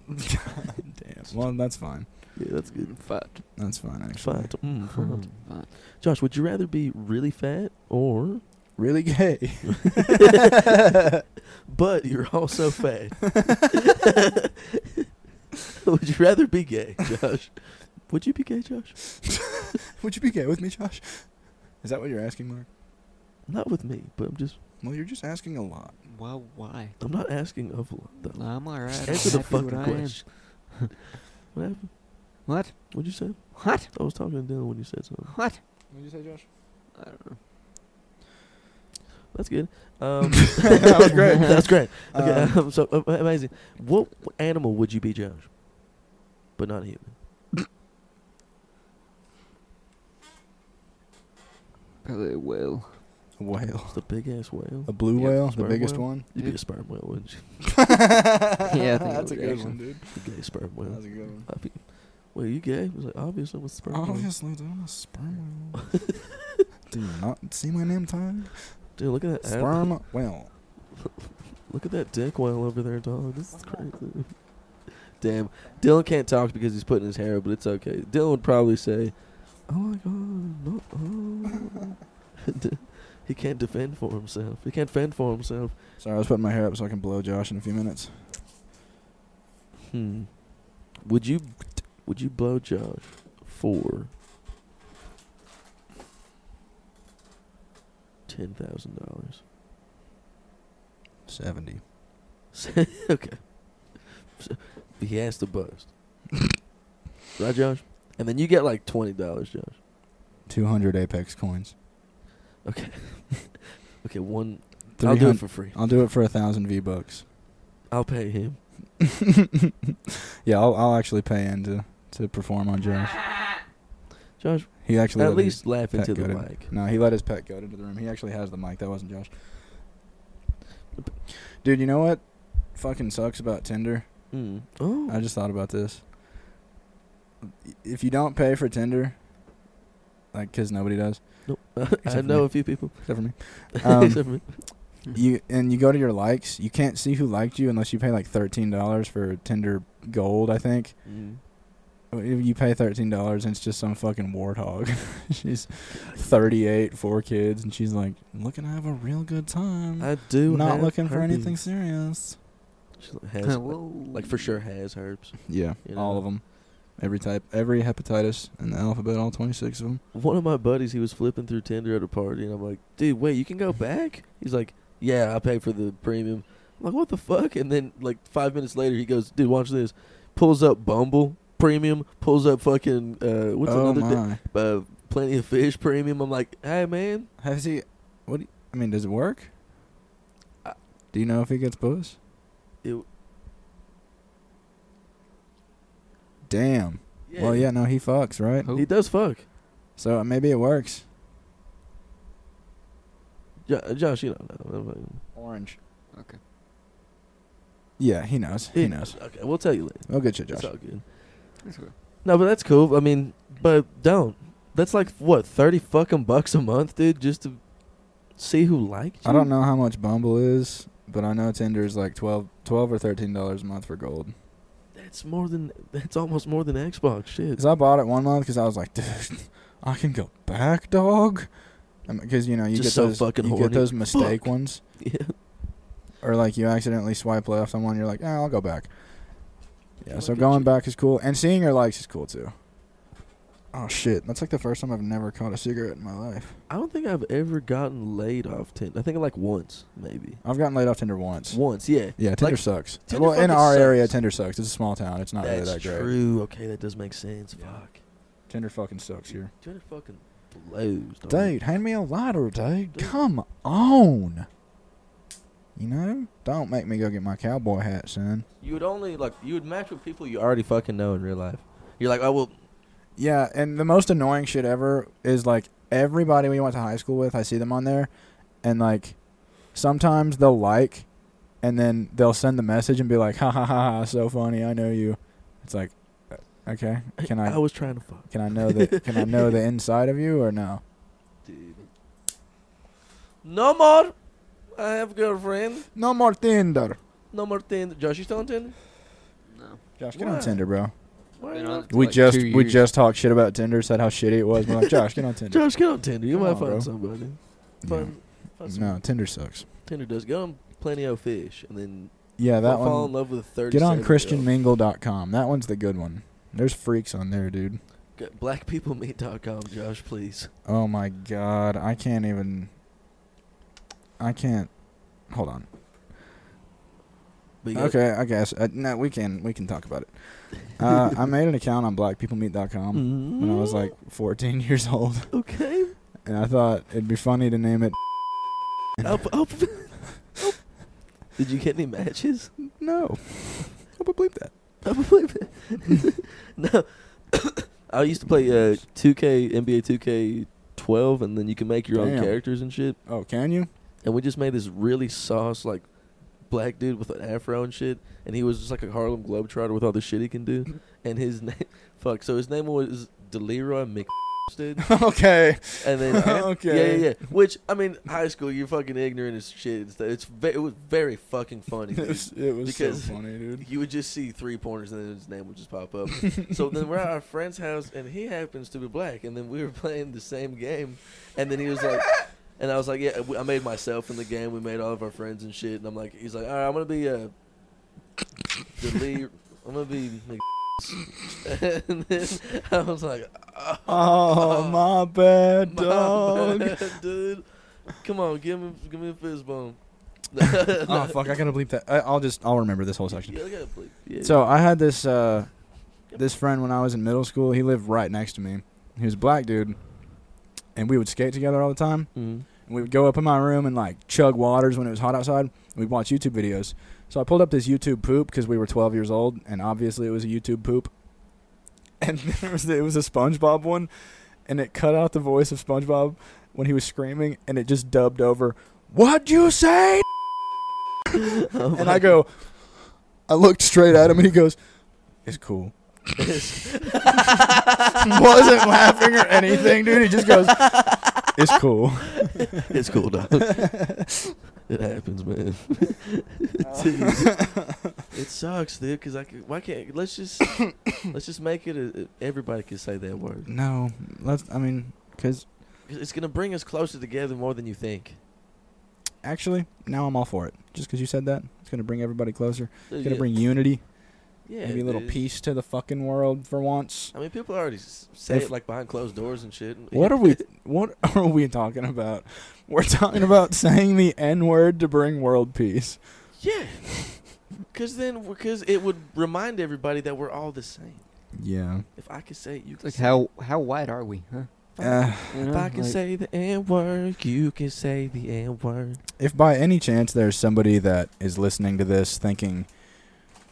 B: damn. Well, that's fine.
A: yeah, that's good.
D: Fuck.
B: That's fine, actually.
A: Fat. Mm, fat. Josh, would you rather be really fat or
B: Really gay.
A: but you're also fat? would you rather be gay, Josh? Would you be gay, Josh?
B: Would you be gay with me, Josh? Is that what you're asking, Mark?
A: Not with me, but I'm just
B: Well, you're just asking a lot.
C: Well, why?
A: I'm not asking of a lot though.
C: I'm alright.
A: Answer the fucking question. what happened?
C: What?
A: What'd you say?
C: What?
A: I was talking to Dylan when you said something.
C: What?
B: What did you say, Josh?
C: I don't know.
A: That's good. Um,
B: That was great.
A: That's great. Okay,
B: Um,
A: um, so uh, amazing. What animal would you be, Josh? But not human.
D: Probably a whale.
B: A whale.
A: It's the big ass whale.
B: A blue
D: Yeah,
B: whale, the
A: sperm
B: biggest
A: whale.
B: one.
A: You'd be a sperm whale, wouldn't you?
B: yeah,
D: it
B: that's a
D: would,
B: good
D: actually.
B: one, dude.
A: The gay sperm whale.
B: That's a good one.
A: I be, well, you gay? I was like, obviously, I'm a sperm whale.
B: Obviously, dude, I'm a sperm whale. Do you not see my name tag?
A: Dude, look at that. ab-
B: Sperm whale.
A: Look at that dick whale over there, dog. This is crazy. Damn. Dylan can't talk because he's putting his hair, up, but it's okay. Dylan would probably say, "Oh my god, no." oh." D- he can't defend for himself. He can't fend for himself.
B: Sorry, I was putting my hair up so I can blow Josh in a few minutes.
A: Hmm. Would you would you blow Josh for ten thousand dollars?
B: 70.
A: okay. So, he has to bust. right, Josh? And then you get like twenty dollars, Josh.
B: 200 Apex coins.
A: Okay. okay, one I'll do it for free.
B: I'll do it for a thousand V bucks.
A: I'll pay him.
B: yeah, I'll, I'll actually pay in to, to perform on Josh.
A: Josh,
B: He actually
A: at
B: let his-
A: least laugh into
B: pet
A: the
B: goated.
A: mic.
B: No, he let his pet goat into the room. He actually has the mic. That wasn't Josh. Dude, you know what? Fucking sucks about Tinder.
A: Mm. Oh.
B: I just thought about this. If you don't pay for Tinder, like, cause nobody does
A: nope. I
B: for
A: know
B: me.
A: a few people.
B: except for me. Um,
A: Except for-
B: you and you go to your likes, you can't see who liked you unless you pay like thirteen dollars for Tinder Gold, I think.
A: Mm.
B: If You pay thirteen dollars and it's just some fucking warthog. she's thirty-eight, four kids, and she's like looking to have a real good time.
A: I do
B: not
A: have
B: looking for anything
A: herpes.
B: serious.
A: She has, like for sure has herbs.
B: Yeah,
A: You
B: all
A: know.
B: of them, every type, every hepatitis in the alphabet, all twenty-six of them.
A: One of my buddies, he was flipping through Tinder at a party, and I'm like, dude, wait, you can go back? He's like, yeah, I paid for the premium. I'm like, what the fuck? And then, like, five minutes later, he goes, dude, watch this. Pulls up Bumble premium, pulls up fucking, uh, what's
B: oh
A: another, da-
B: my!
A: uh, Plenty of Fish premium. I'm like, hey, man,
B: Has he? What? Do you, I mean, does it work?
A: I-
B: Do you know if he gets puss?
A: it,
B: Damn. Well, yeah, no, he fucks, right?
A: He does fuck.
B: So uh, maybe it works.
A: Jo- uh, Josh, you don't know. I'm like,
B: Orange.
D: Okay.
B: Yeah, he knows. He knows.
A: Okay, we'll tell you later.
B: Oh, good shit,
A: It's
B: Josh.
A: all good.
D: That's cool.
A: No, but that's cool. I mean, but don't. That's like what thirty fucking bucks a month, dude, just to see who liked you.
B: I don't know how much Bumble is, but I know Tinder is like 12, 12 or thirteen dollars a month for gold.
A: That's more than. That's almost more than Xbox shit.
B: Because I bought it one month because I was like, dude, I can go back, dog. Because you know you
A: Just
B: get
A: so
B: those
A: fucking
B: you get
A: horny.
B: those mistake
A: Fuck.
B: ones,
A: Yeah.
B: or like you accidentally swipe left on one, you're like, ah, I'll go back. Yeah,
A: Fuck
B: so
A: that
B: going
A: shit.
B: back is cool, and seeing your likes is cool too. Oh shit, that's like the first time I've never caught a cigarette in my life.
A: I don't think I've ever gotten laid off Tinder. I think like once, maybe.
B: I've gotten laid off Tinder once.
A: Once, yeah.
B: Yeah, Tinder
A: Like,
B: sucks.
A: Tinder
B: well, in
A: fucking
B: our area,
A: sucks.
B: Tinder sucks. It's a small town. It's not
A: that's
B: really that great.
A: true. Okay, that does make sense.
B: Yeah.
A: Fuck.
B: Tinder fucking sucks here.
A: Tinder fucking blows. dog.
B: Dude, hand me a lighter, dude. Come on. You know? Don't make me go get my cowboy hat, son.
A: You would only like you would match with people you already fucking know in real life. You're like, oh well,
B: Yeah, and the most annoying shit ever is like everybody we went to high school with, I see them on there, and like sometimes they'll like, and then they'll send the message and be like, ha ha ha, ha so funny, I know you. It's like, uh, okay, can
A: I,
B: I
A: was trying to fuck,
B: can I know the can I know the inside of you or no?
A: dude. No more. I have girlfriend.
B: No more Tinder.
A: No more Tinder. Josh, you still on Tinder?
D: No.
B: Josh, get on
A: Why?
B: Tinder, bro.
A: Why
C: Been
A: not?
C: on it for
B: we
C: like
B: just
C: two
B: we
C: years.
B: just talked shit about Tinder, said how shitty it was. We're like, Josh, get on Tinder.
A: Josh, get on Tinder. You
B: Come
A: might
B: on,
A: find
B: bro.
A: somebody.
B: Yeah.
A: Find, find some-
B: No, Tinder sucks.
A: Tinder does. Get on Plenty of Fish, and then
B: Yeah, that
A: fall in
B: one.
A: love with a thirty.
B: Get on ChristianMingle.com. That one's the good one. There's freaks on there, dude.
A: Blackpeoplemeet.com, Josh, please.
B: Oh my god, I can't even. I can't. Hold on.
A: But you gotta-
B: Okay, I guess. Uh, no, we can we can talk about it. Uh, I made an account on
A: Mm.
B: BlackPeopleMeet.com Um, when I was like 14 years old,
A: Mm-hmm. okay.
B: and I thought it'd be funny to name it.
A: Up, up. Did you get any matches?
B: No, I would believe that.
A: I believe it. no, I used to play uh, 2K NBA 2K12, and then you can make your
B: Damn.
A: own characters and shit.
B: Oh, can you?
A: And we just made this really sauce like black dude with an afro and shit, and he was just like a Harlem Globetrotter with all the shit he can do. And his name, fuck, so his name was Deliroy Mc. Dude.
B: okay.
A: And then uh,
B: Okay.
A: yeah, yeah, yeah. Which I mean, high school, you're fucking ignorant as shit. It's, it's ve- it was very fucking funny.
B: It
A: dude.
B: was, it was so
A: Because-
B: funny, dude.
A: You would just see three pointers and then his name would just pop up. so then we're at our friend's house and he happens to be black. And then we were playing the same game. And then he was like, and I was like, yeah, we- I made myself in the game. We made all of our friends and shit. And I'm like, he's like, all right, I'm going to be uh the lead. I'm going to be. Mc- and then I was like, oh,
B: Oh, my bad,
A: my
B: dog.
A: bad, dude. Come on, give me, give me a fist bump.
B: oh fuck! I gotta bleep that. I, I'll just I'll remember this whole section.
A: Yeah, I gotta bleep. Yeah.
B: So I had this uh, this friend when I was in middle school. He lived right next to me. He was a black dude, and we would skate together all the time.
A: Mhm.
B: And we would go up in my room and like chug waters when it was hot outside. And we'd watch YouTube videos. So I pulled up this YouTube poop because we were 12 years old, and obviously it was a YouTube poop. And there was it was a SpongeBob one, and it cut out the voice of SpongeBob when he was screaming, and it just dubbed over, "What'd you say?"
A: Oh
B: And
A: my
B: I go, I looked straight at him, and he goes, "It's cool." Wasn't laughing or anything, dude. He just goes, "It's cool."
A: It's cool, dog. it happens, man. Jeez. it sucks, dude. Cause I could, why can't let's just let's just make it a, a- everybody can say that word.
B: No, let's. I mean, because
A: 'Cause It's gonna bring us closer together more than you think.
B: actually, now I'm all for it. Just because you said that, it's gonna bring everybody closer.
A: Dude,
B: It's gonna
A: yeah-
B: bring unity,
A: yeah,
B: maybe a little
A: dude.
B: peace to the fucking world for once.
A: I mean, people already s- say
B: If-
A: it like behind closed doors and shit.
B: What are we? What are we talking about? We're talking about saying the N word to bring world peace.
A: Yeah. Cause then, because it would remind everybody that we're all the same.
B: Yeah.
A: If I could say it, you
C: It's
A: can
C: like
A: say
C: how how wide are we, huh?
A: it.
B: Uh,
A: If I can say the N word, you can say the N word.
B: if by any chance there's somebody that is listening to this thinking,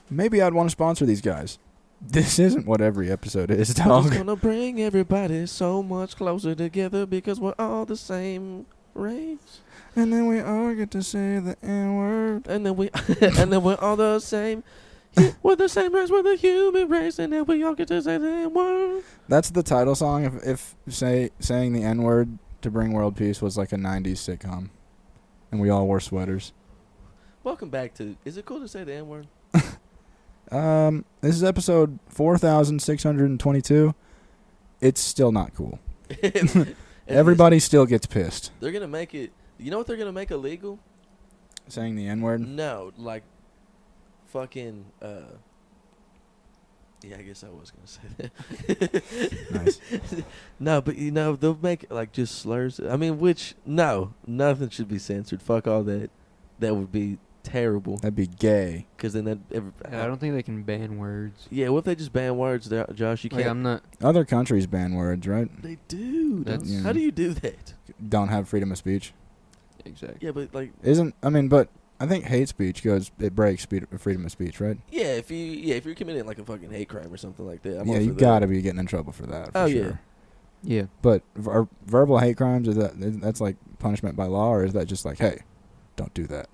B: maybe I'd want to sponsor these guys. This isn't what every episode is,
A: It's
B: dog.
A: gonna bring everybody so much closer together because we're all the same race,
B: And then we all get to say the N word.
A: and then we, and then we're all the same. hu- We're the same race, we're the human race, and then we all get to say the N word.
B: That's the title song. If, if say saying the N word to bring world peace was like a '90s sitcom, and we all wore sweaters.
A: Welcome back to. Is it cool to say the N word?
B: Um, this is episode four thousand six hundred and twenty-two. It's still not cool. Everybody still gets pissed
A: they're gonna make it. You know what they're gonna make illegal?
B: saying the N word.
A: No, like, fucking. uh Yeah, I guess I was gonna say that.
B: Nice.
A: No, but you know they'll make like just slurs. I mean, which no, nothing should be censored. Fuck all that. That would be terrible.
B: That'd be gay.
A: Because then that. Every,
C: I don't think they can ban words.
A: Yeah, what if they just ban words, there, Josh? You
C: Like,
A: can't.
C: I'm not.
B: Other countries ban words, right?
A: they do.
C: That's-
A: don't- How do you do that?
B: Don't have freedom of speech.
C: Exactly.
A: Yeah, but like,
B: Isn't I mean, but I think hate speech goes it breaks speed, freedom of speech, right?
A: yeah, if you yeah if you're committing like a fucking hate crime or something like that, I'm
B: yeah,
A: all
B: you
A: for that.
B: gotta be getting in trouble for that. For
A: Oh, yeah.
B: sure.
C: Yeah.
B: But ver- verbal hate crimes is that that's like punishment by law, or is that just like hey, don't do that?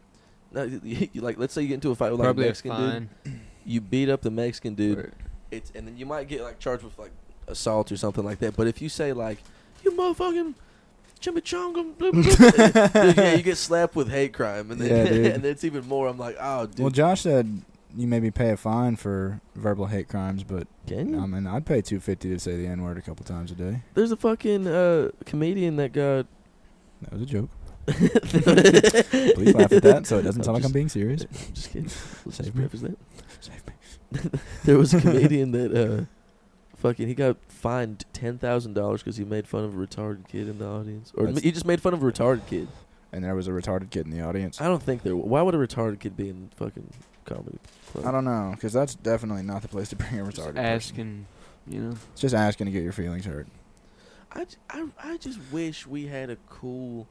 A: No, you, you- like let's say you get into a fight with like
C: Probably
A: a
C: a
A: Mexican dude.
C: fine.
A: You beat up the Mexican dude.
C: or-
A: It's and then you might get like charged with like assault or something like that. But if you say like you motherfucking chimichanga, blah, blah, blah," dude, yeah, you get slapped with hate crime, and
B: Yeah,
A: then
B: dude.
A: and it's even more. I'm like, oh, dude,
B: Well, Josh said you maybe pay a fine for verbal hate crimes, but
A: can you?
B: I mean, I'd pay two fifty to say the n word a couple times a day.
A: there's a fucking uh, comedian that got.
B: That was a joke. Please laugh at that, so it doesn't sound like I'm being serious.
A: I'm just kidding. Let's
B: Save
A: just
B: me.
A: preface that. there was a comedian that uh, fucking he got fined ten thousand dollars because he made fun of a retarded kid in the audience, or
B: That's-
A: he just made fun of a retarded kid.
B: And there was a retarded kid in the audience.
A: I don't think there. Why would a retarded kid be in fucking comedy? Club?
B: I don't know, because that's definitely not the place to bring a retarded.
C: Just
B: person.
C: asking, you know.
B: It's just asking to get your feelings hurt.
A: I, j- I- I just wish we had a cool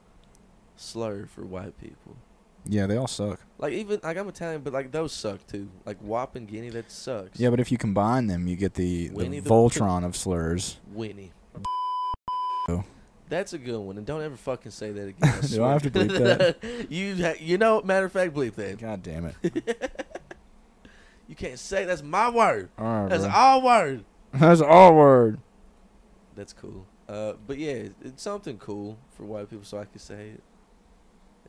A: slur for white people.
B: Yeah, they all suck.
A: Like even like I'm Italian, but like those suck too. Like Wop and Guinea, that sucks.
B: Yeah, but if you combine them, you get the,
A: Winnie
B: the
A: the-
B: Voltron of slurs.
A: Winnie.
B: Oh.
A: That's a good one, and don't ever fucking say that again. I
B: Do I
A: swear.
B: have to bleep
A: that? you ha- you know, matter of fact, bleep that.
B: God damn it!
A: You can't say that's my word.
B: All right,
A: That's
B: bro.
A: our word.
B: That's all word.
A: That's cool. Uh, but yeah, it's- it's something cool for white people, so I could say it.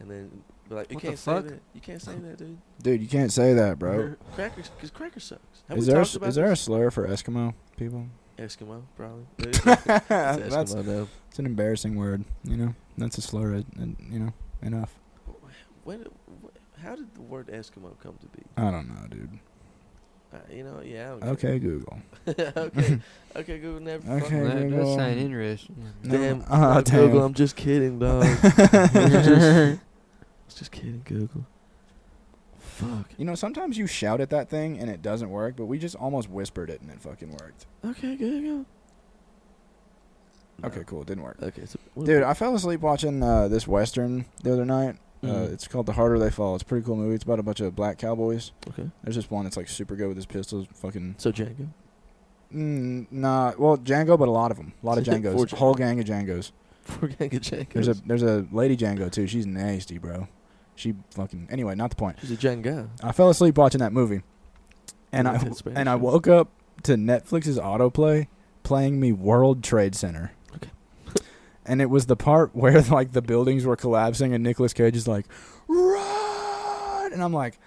A: And then, be like, you
C: What the
A: can't say
C: fuck?
A: that. You can't say that, dude.
B: Dude, you can't say that, bro.
A: Crackers, because cracker sucks. Have
B: Is
A: we
B: there a,
A: talked about
B: is there a
A: this?
B: slur for Eskimo people?
A: Eskimo? Probably. It's
B: that's
A: Eskimo now.
B: it's an embarrassing word, you know. That's a slur, it- and you know, enough.
A: When, wh- how did the word Eskimo come to be?
B: I don't know, dude.
A: Uh, you know, yeah. I don't care.
B: Okay, Google.
A: okay. Okay, Google never.
B: Okay,
A: fucking-
C: Well, that does
B: Google.
C: sound interesting.
A: Damn.
B: Ah,
A: uh,
B: damn.
A: Google, I'm just kidding, dog. I was just kidding, Google. Fuck.
B: You know, sometimes you shout at that thing and it doesn't work, but we just almost whispered it and it fucking worked.
A: Okay, Google.
B: Okay, cool. It didn't work.
A: Okay, so what
B: Dude,
A: about-
B: I fell asleep watching uh, this western the other night. Uh,
A: Mhm.
B: it's called The Harder They Fall. It's a pretty cool movie. It's about a bunch of black cowboys.
A: okay.
B: There's this one that's like super good with his pistols. Fucking
A: So Django.
B: mm, nah. Well, Django, but a lot of them. A lot of
A: Four
B: Django's.
A: Django.
B: Whole gang of Django's.
A: We're gonna get Django.
B: There's a there's a lady Django too. She's nasty, bro. She fucking anyway. Not the point.
A: She's a Django.
B: I fell asleep watching that movie, and
A: Yeah,
B: I
A: that's Spanish,
B: and I
A: yeah.
B: woke up to Netflix's autoplay playing me World Trade Center.
A: Okay.
B: and it was the part where like the buildings were collapsing and Nicolas Cage is like, run, and I'm like.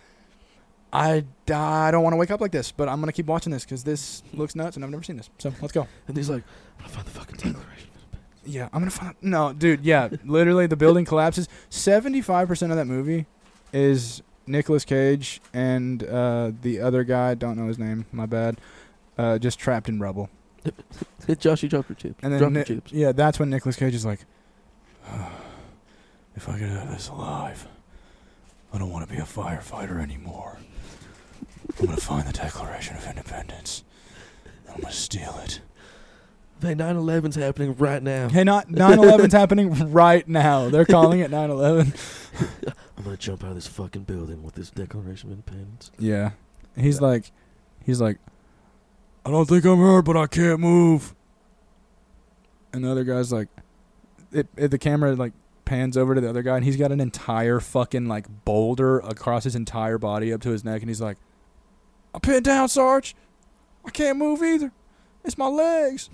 B: I, I don't want to wake up like this, but I'm gonna keep watching this because this looks nuts, and I've never seen this. So let's go.
A: And he's like, I found the fucking declaration.
B: Yeah, I'm gonna find. No, dude. Yeah, literally, the building collapses. Seventy-five percent of that movie is Nicolas Cage and uh, the other guy. Don't know his name. My bad. Uh, just trapped in rubble.
A: Hit Josh, you dropped your chips.
B: And then,
A: Drop
B: Ni-
A: your chips.
B: yeah, that's when Nicolas Cage is like, "If I get out of this alive, I don't want to be a firefighter anymore. I'm gonna find the Declaration of Independence. I'm gonna steal it."
A: Hey, 9/11's happening right now.
B: Hey, not 9/11's happening right now. They're calling it 9/11.
A: I'm gonna jump out of this fucking building with this Declaration of Independence.
B: Yeah. He's like, he's like, I don't think I'm hurt, but I can't move. And the other guy's like, it, it the camera like pans over to the other guy, and he's got an entire fucking like boulder across his entire body up to his neck, and he's like, I'm pinned down, Sarge. I can't move either. It's my legs.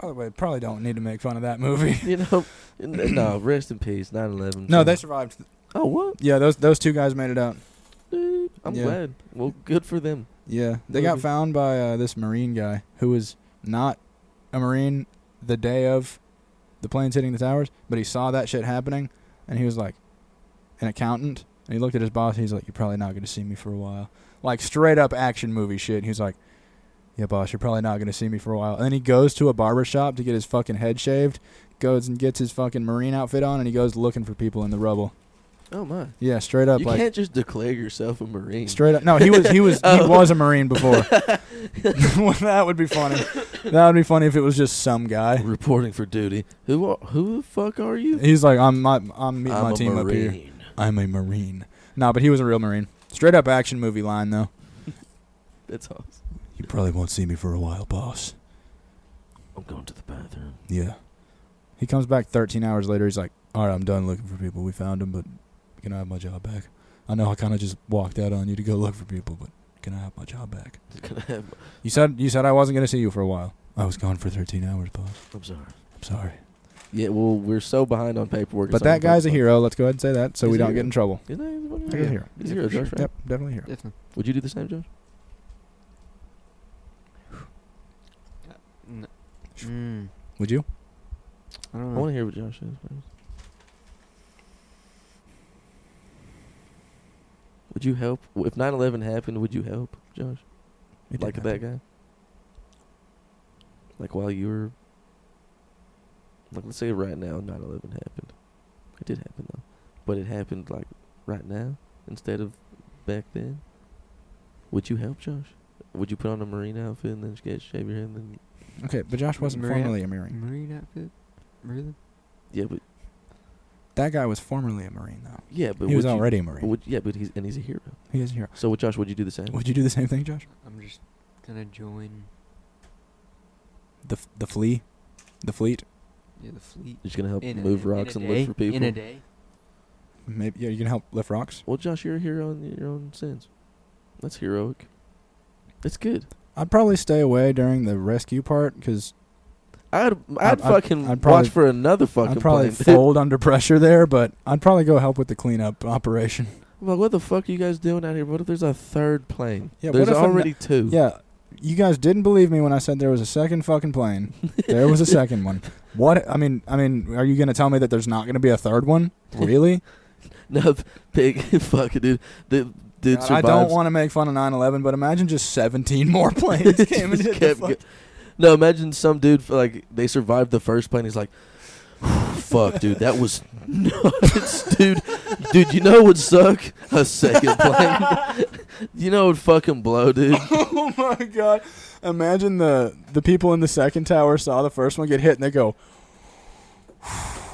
B: By the way, probably don't need to make fun of that movie.
A: You know, n- no. Rest in peace, 9/11.
B: No, they survived.
A: Oh what?
B: Yeah, those those two guys made it out.
A: Dude, I'm
B: Yeah.
A: glad. Well, good for them.
B: Yeah, they got
A: Okay.
B: found by uh, this Marine guy who was not a Marine the day of the planes hitting the towers, but he saw that shit happening, and he was like, an accountant, and he looked at his boss. He's like, "You're probably not going to see me for a while." Like straight up action movie shit. He's like, "Yeah, boss, you're probably not going to see me for a while." And then he goes to a barber shop to get his fucking head shaved, goes and gets his fucking Marine outfit on, and he goes looking for people in the rubble.
A: Oh my!
B: Yeah, straight up
A: you
B: like
A: can't just declare yourself a marine.
B: Straight up. No, he was he was he
A: Oh.
B: was a marine before. Well, that would be funny. That would be funny if it was just some guy.
A: reporting for duty. Who are, who the fuck are you?
B: He's like, I'm my I'm meeting
A: I'm
B: my
A: a
B: team up here.
A: Marine.
B: I'm a marine. No, but he was a real marine. Straight up action movie line though.
A: That's awesome.
B: You probably won't see me for a while, boss.
A: I'm going to the bathroom.
B: Yeah. He comes back 13 hours later. He's like, all right, I'm done looking for people. We found him, but can I have my job back? I know I kind of just walked out on you to go look for people, but can I have my job back?
A: Can I have?
B: You said you said I wasn't going to see you for a while. I was gone for 13 hours, boss.
A: I'm sorry.
B: I'm sorry.
A: Yeah, well, we're so behind on paperwork.
B: But
A: it's
B: that guy's a
A: unbelievable.
B: hero. Let's go ahead and say that, so
A: He's
B: we
A: a
B: don't
A: hero.
B: get in trouble.
A: Isn't that what
B: He's
A: he
B: a
A: is?
B: hero.
A: He's a
C: Yeah,
A: hero, Josh,
C: for sure.
A: right?
B: Yep, definitely a hero.
C: Definitely.
A: Would you do the same, Josh?
C: Mm,
B: Would you?
C: I don't
A: I
C: know.
A: want to hear what Josh says. man. Would you help if 9/11 happened? Would you help, Josh?
B: It
A: like
B: didn't
A: that
B: happen.
A: guy? Like while you were like let's say right now 9/11 happened. It did happen though. But it happened like right now instead of back then. Would you help Josh? Would you put on a marine outfit and then just get shave your head and then
B: Okay, but Josh wasn't
C: Marine
B: formerly a marine.
C: Marine outfit? Really?
A: Yeah, but
B: That guy was formerly a marine, though.
A: yeah, but
B: he was
A: would you-
B: already a
A: but
B: marine.
A: would- yeah, but he's and he's a hero.
B: he is a hero.
A: So with Josh, would you do the same?
B: Would you do the same thing, Josh?
C: I'm just gonna join
B: The f- the flea, the fleet.
C: yeah, the fleet.
A: You're just gonna help
C: In a-
A: move
C: in a
A: rocks and
C: day-
A: look for people.
C: In a day.
B: Maybe yeah, you can help lift rocks.
A: Well, Josh, you're a hero in your own sense. That's heroic. That's good.
B: I'd probably stay away during the rescue part because
A: I'd
B: I'd-
A: I'd, fucking
B: I'd probably-
A: watch for another fucking
B: I'd probably
A: plane.
B: fold under pressure there. But I'd probably go help with the cleanup operation.
A: I'm like, what the fuck are you guys doing out here? What if there's a third plane?
B: Yeah,
A: there's
B: what if a
A: already two.
B: Yeah, you guys didn't believe me when I said there was a second fucking plane. there was a second one. What? I mean, I mean, are you gonna tell me that there's not gonna be a third one? Really?
A: No, big fuck, dude. The dude
B: God, I
A: survives.
B: don't want to make fun of 9/11, but imagine just 17 more planes came and
A: Just
B: hit the
A: kept
B: fuck.
A: go- No, imagine some dude like they survived the first plane. He's like, fuck, dude, that was nuts, dude. Dude, you know what would suck? A second plane. you know what would fucking blow, dude.
B: oh my god! Imagine the the people in the second tower saw the first one get hit and they go.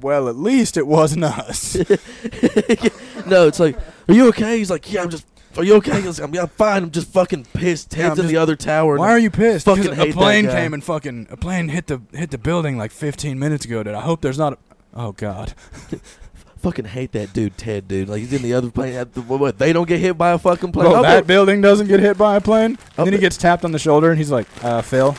B: Well, at least it wasn't us.
A: no, it's like, are you okay? He's like, yeah, I'm just. Are you okay? He's like, I'm, yeah, I'm fine. I'm just fucking pissed.
B: Yeah,
A: Heads
B: I'm
A: in the other tower.
B: Why are you pissed?
A: Fucking
B: 'Cause a
A: hate that
B: plane
A: guy.
B: came and fucking a plane hit the hit the building like 15 minutes ago. Dude, I hope there's not. A, oh God,
A: fucking hate that dude, Ted, dude. Like he's in the other plane. At the, what, what, they don't get hit by a fucking plane.
B: Bro,
A: I'll
B: that
A: be-
B: building doesn't get hit by a plane.
A: I'll
B: then he
A: bet-
B: gets tapped on the shoulder and he's like, uh, "Phil,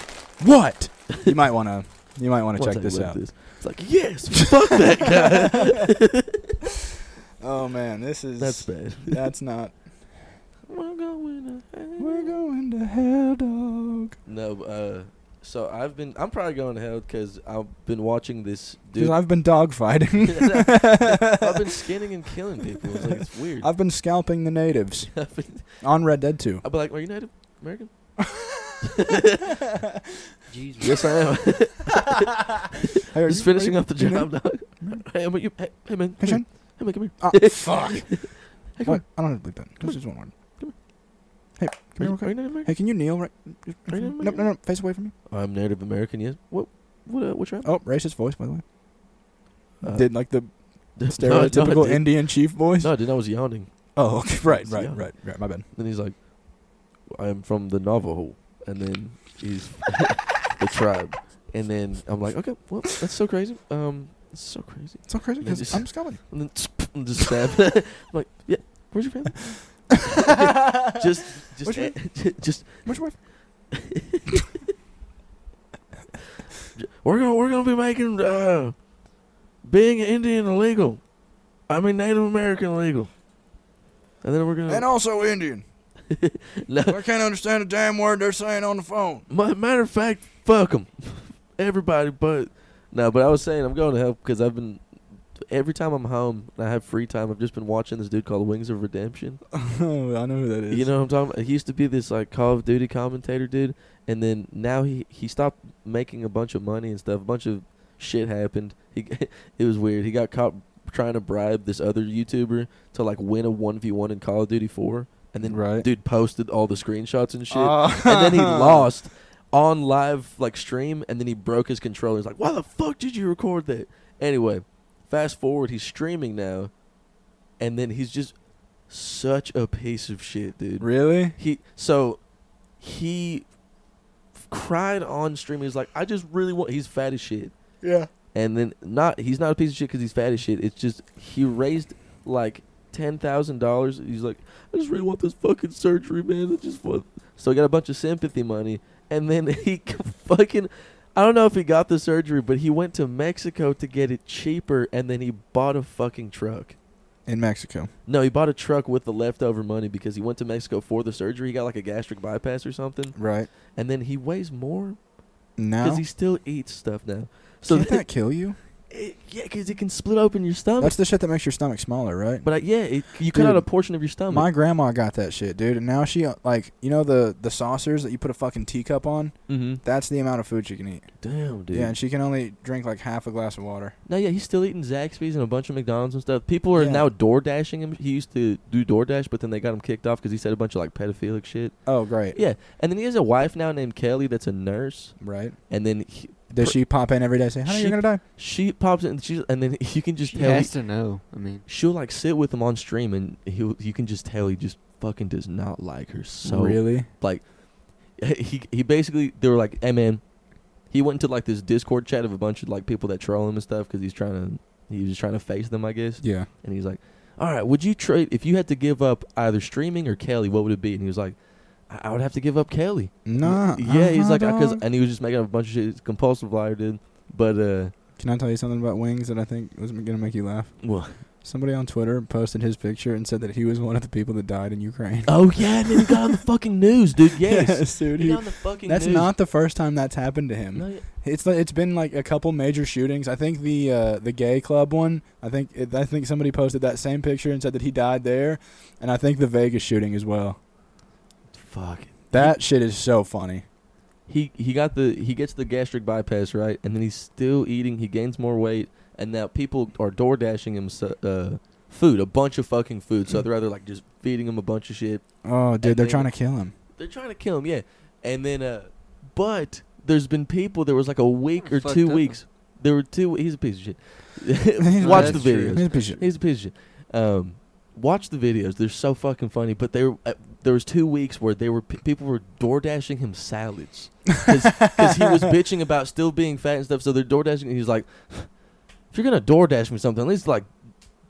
B: what? You might want to." You might want to
A: once
B: check
A: I
B: this
A: look
B: out.
A: at It's like yes, fuck that guy.
B: Oh man, this is
A: That's bad.
B: that's not.
A: We're going to hell.
B: We're going to hell, dog.
A: No, uh, so I've been. I'm probably going to hell because I've been watching this
B: Dude,
A: dude.
B: I've been dogfighting.
A: I've been skinning and killing people. It's like it's weird.
B: I've been scalping the natives
A: I've been-
B: on Red Dead 2.
A: I'll be like, are you Native American?
C: Jeez.
A: Yes, I am.
B: Hey, are
A: Just
B: you-
A: finishing
B: are you-
A: up the
B: you know-
A: job, dog. Hey, I'm, you, hey, hey, man. Come here.
B: Hey, Shane.
A: Hey, man, come here.
B: Ah, fuck.
A: Hey, come
B: What? I don't have to bleep that. This is one word.
A: Come
B: Hey,
A: here. Are you,
B: come here, real
A: are you
B: quick.
A: Native American?
B: Hey, can you kneel right?
A: Are you
B: No,
A: Native
B: no, no, face away from me.
A: I'm Native American, yes. What? What? Uh, what tribe?
B: Oh, racist voice, by the way.
A: Uh,
B: Did like the
A: no, no, I
B: stereotypical
A: didn't.
B: Indian chief voice?
A: No, I didn't. I was yawning.
B: Oh, okay, right, right,
A: Yeah.
B: right, right. My bad.
A: Then he's like, I'm from the Navajo. And then he's the tribe. And then I'm like, okay, well, that's so crazy. Um, it's so crazy.
B: It's so crazy
A: Then
B: 'cause
A: just-
B: I'm scouting.
A: And then and just stab. I'm like, yeah, where's your family? just, just,
B: Where's your
A: just, just,
B: Which way?
A: we're gonna, we're gonna be making uh, being an Indian illegal. I mean, Native American illegal. And then we're gonna.
B: And also Indian.
A: no,
B: I can't understand a damn word they're saying on the phone.
A: Ma- matter of fact, fuck 'em. Everybody, but no, but I was saying I'm going to help because I've been every time I'm home and I have free time, I've just been watching this dude called Wings of Redemption.
B: oh, I know who that is.
A: You know what I'm talking about? He used to be this like Call of Duty commentator dude, and then now he he stopped making a bunch of money and stuff. A bunch of shit happened. He it was weird. He got caught trying to bribe this other YouTuber to like win a one v one in Call of Duty Four, and then
B: Right. Oh,
A: dude posted all the screenshots and shit,
B: Ah.
A: and then he lost on live like stream, and then he broke his controller. He's like, "Why the fuck did you record that?" Anyway, fast forward, he's streaming now, and then he's just such a piece of shit, dude.
B: Really?
A: He so he f- cried on stream. He's like, I just really want. He's fat as shit,
B: Yeah.
A: and then not he's not a piece of shit because he's fat as shit. It's just he raised like ten thousand dollars. He's like, I just really want this fucking surgery, man. I just want. So he got a bunch of sympathy money, and then he fucking. I don't know if he got the surgery, but he went to Mexico to get it cheaper, and then he bought a fucking truck.
B: In Mexico.
A: No, he bought a truck with the leftover money because he went to Mexico for the surgery. He got like a gastric bypass or something,
B: Right.
A: and then he weighs more
B: Now.
A: because he still eats stuff now. So
B: Can't
A: th-
B: that kill you?
A: it- yeah, because it can split open your stomach.
B: That's the shit that makes your stomach smaller, right?
A: but I, yeah, it, you cut out
B: Dude,
A: a portion of your stomach.
B: My grandma got that shit, dude, and now she uh, like you know the the saucers that you put a fucking teacup on.
A: mm-hmm.
B: That's the amount of food she can eat.
A: Damn, dude.
B: Yeah, and she can only drink like half a glass of water.
A: No, yeah, he's still eating Zaxby's and a bunch of McDonald's and stuff. People are
B: Yeah.
A: now door dashing him. He used to do door dash, but then they got him kicked off because he said a bunch of like pedophilic shit.
B: Oh, great.
A: Yeah, and then he has a wife now named Kelly that's a nurse,
B: Right.
A: and then he,
B: Does
A: Pr-
B: she pop in every day and say, "Honey,
A: She-
B: you're gonna die"?
A: she pops in. She's, and then you can just
C: She
A: tell he-
C: has to know. I mean,
A: she'll like sit with him on stream and he'll you can just tell he just fucking does not like her so
B: really?
A: like he he basically they were like hey man he went into like this discord chat of a bunch of like people that troll him and stuff because he's trying to he was trying to face them i guess
B: Yeah.
A: and he's like all right would you trade if you had to give up either streaming or kelly what would it be and he was like i, I would have to give up kelly
B: Nah.
A: yeah he's
B: uh-huh,
A: like uh, because
B: dog.
A: and he was just making up a bunch of shit he's a compulsive liar dude but uh
B: Can I tell you something about wings that I think was gonna make you laugh?
A: well
B: Somebody on Twitter posted his picture and said that he was one of the people that died in Ukraine.
A: oh yeah man he got on the fucking news dude yes
B: dude.
A: He
B: he-
A: got on the fucking
B: that's
A: news.
B: not the first time that's happened to him.
A: No, yeah.
B: It's like, it's been like a couple major shootings. I think the uh, the gay club one. I think it, I think somebody posted that same picture and said that he died there, and I think the Vegas shooting as well.
A: Fuck.
B: That shit is so funny.
A: He he got the he gets the gastric bypass right, and then he's still eating. He gains more weight, and now people are door dashing him so- uh, food, a bunch of fucking food. So they're either like just feeding him a bunch of shit.
B: Oh, dude, they're
A: they-
B: trying to kill him.
A: They're trying to kill him, yeah. And then, uh, but there's been people. There was like a week or
C: Fucked
A: two
C: up.
A: weeks. There were two. He's a piece of
B: He's
A: shit. Watch
C: a-
A: the
C: That's true.
A: videos.
B: He's a piece of shit.
A: He's a piece of shit. Um, watch the videos. They're so fucking funny. But they were, uh, there was two weeks where they were p- people were door dashing him salads because he was bitching about still being fat and stuff. So they're door dashing. and He's like, if you're gonna door dash me something, at least like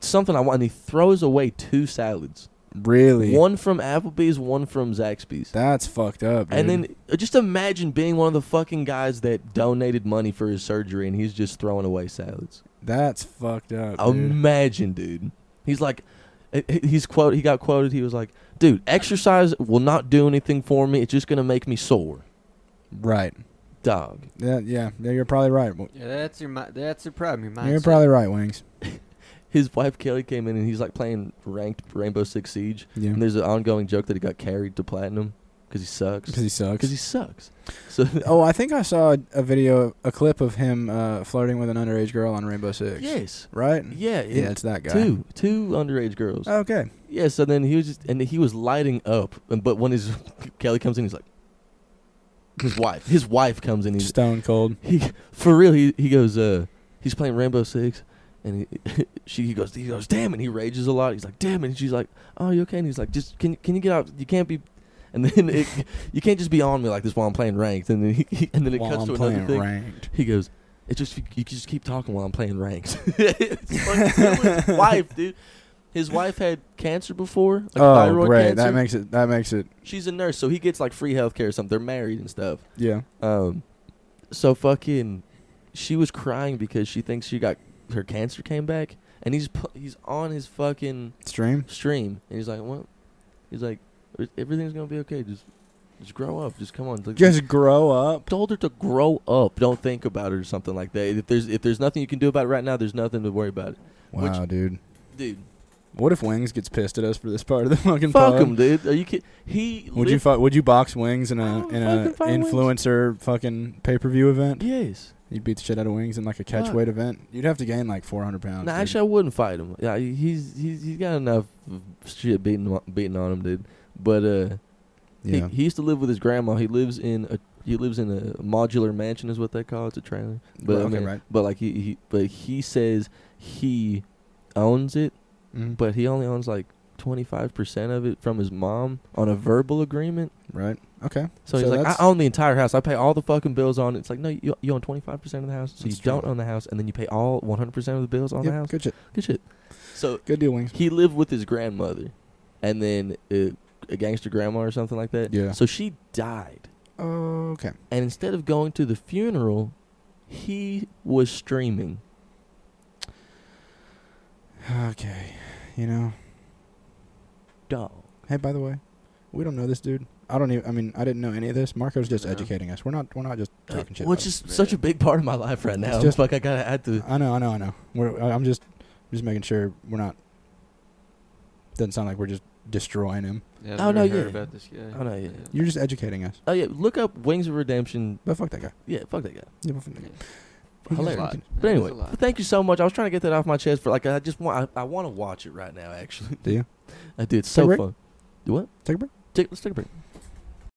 A: something I want. And he throws away two salads.
B: Really?
A: One from Applebee's, one from Zaxby's.
B: That's fucked up. Dude.
A: And then uh, just imagine being one of the fucking guys that donated money for his surgery and he's just throwing away salads.
B: that's fucked up. Oh, dude.
A: Imagine, dude. He's like, uh, he- he's quote. He got quoted. He was like, "Dude, exercise will not do anything for me. It's just gonna make me sore,
B: Right.
A: dog."
B: Yeah, yeah, yeah. You're probably right. Well,
C: yeah, that's your mi- that's your problem. Your mindset.
B: You're probably right, Wings.
A: His wife Kelly came in and he's like playing ranked Rainbow Six Siege.
B: Yeah.
A: And there's an ongoing joke that he got carried to platinum because he sucks.
B: Because he sucks.
A: Because he sucks. So
B: oh, I think I saw a video, a clip of him uh, flirting with an underage girl on Rainbow Six.
A: yes,
B: Right.
A: yeah,
B: Yeah,
A: it-
B: it's that guy.
A: Two, two underage girls.
B: Okay.
A: yeah, so then he was just, and he was lighting up, and but when his Kelly comes in, he's like, his wife, his wife comes in, he's
B: Stone cold.
A: he for real he he goes uh he's playing Rainbow Six and he, she he goes he goes damn and he rages a lot he's like damn it and she's like oh you okay and he's like just can can you get out you can't be and then it, you can't just be on me like this while I'm playing ranked and then he, he- and then it
B: While
A: cuts
B: I'm
A: to another
B: playing
A: thing
B: ranked.
A: he goes it just you can just keep talking while I'm playing ranked It's fucking his wife dude his wife had cancer before like
B: oh,
A: thyroid
B: great.
A: cancer
B: That makes it. That makes it.
A: she's a nurse so he gets like free health care or something they're married and stuff
B: Yeah.
A: um, so fucking, she was crying because she thinks she got her cancer came back, and he's pu- he's on his fucking
B: Stream.
A: stream, and he's like, "What?" He's like, "Everything's gonna be okay. Just, just grow up. Just come on." Like,
B: Just grow up.
A: told her to grow up. Don't think about it or something like that. If there's if there's nothing you can do about it right now, there's nothing to worry about,
B: Wow, dude.
A: dude.
B: What if Wings gets pissed at us for this part of the fucking
A: Fuck
B: pod?
A: him, dude. Are you kidding? He
B: Would you
A: lit-
B: fu- would you box Wings in
A: I
B: a
A: would
B: in a
A: fucking fight Wings.
B: influencer fucking pay per view event?
A: Yes.
B: You'd beat the shit out of Wings in like a catch
A: Fuck.
B: weight event. You'd have to gain like 400 pounds.
A: No,
B: dude.
A: actually, I wouldn't fight him. Yeah, he- he's he's he's got enough shit beating beating on him, dude. But uh,
B: yeah.
A: he, he used to live with his grandma. He lives in a he lives in a modular mansion, is what they call it. It's a trailer. But
B: Well,
A: I
B: okay,
A: mean,
B: right.
A: but like he, he but he says he owns it,
B: Mhm.
A: but he only owns like twenty five percent of it from his mom on a verbal agreement.
B: right. Okay.
A: So,
B: So
A: he's like, I
B: that's-
A: own the entire house. I pay all the fucking bills on it. It's like, no, you, you own twenty five percent of the house, so
B: That's
A: you
B: true.
A: don't own the house, and then you pay all one hundred percent of the bills on
B: Yep,
A: the house.
B: Good shit.
A: Good shit. So
B: Good deal, Wings.
A: he lived with his grandmother, and then uh, a gangster grandma or something like that.
B: Yeah.
A: So she died,
B: Okay.
A: and instead of going to the funeral, he was streaming.
B: Okay. You know.
A: Dog.
B: Hey, by the way, we don't know this dude. I don't even. I mean, I didn't know any of this. Marco's just
D: No.
B: educating us. We're not. We're not just
A: Uh,
B: talking shit.
A: Which
B: about
A: is such a big part of my life right now.
B: It's just-
A: like I gotta add
B: it.
A: to.
B: I know. I know. I know. We're, I- I'm just. Just making sure we're not. Doesn't sound like we're just destroying him.
C: Yeah,
A: Oh,
C: I've
A: no,
C: never heard
A: yeah.
C: about this guy.
A: Oh, no, yeah.
B: You're just educating us.
A: Oh yeah, look up Wings of Redemption.
B: But fuck that guy.
A: Yeah, fuck that guy.
B: Yeah, but fuck that guy. He's
A: Hilarious.
B: fucking-
A: But
C: There's
A: anyway,
C: a lot.
A: but thank you so much. I was trying to get that off my chest for like I just want I, I want to watch it right now. Actually,
B: Do you
A: I do. It's
B: Take a
A: so
B: break?
A: fun. Do what?
B: take a break?
A: Take, let's take a break.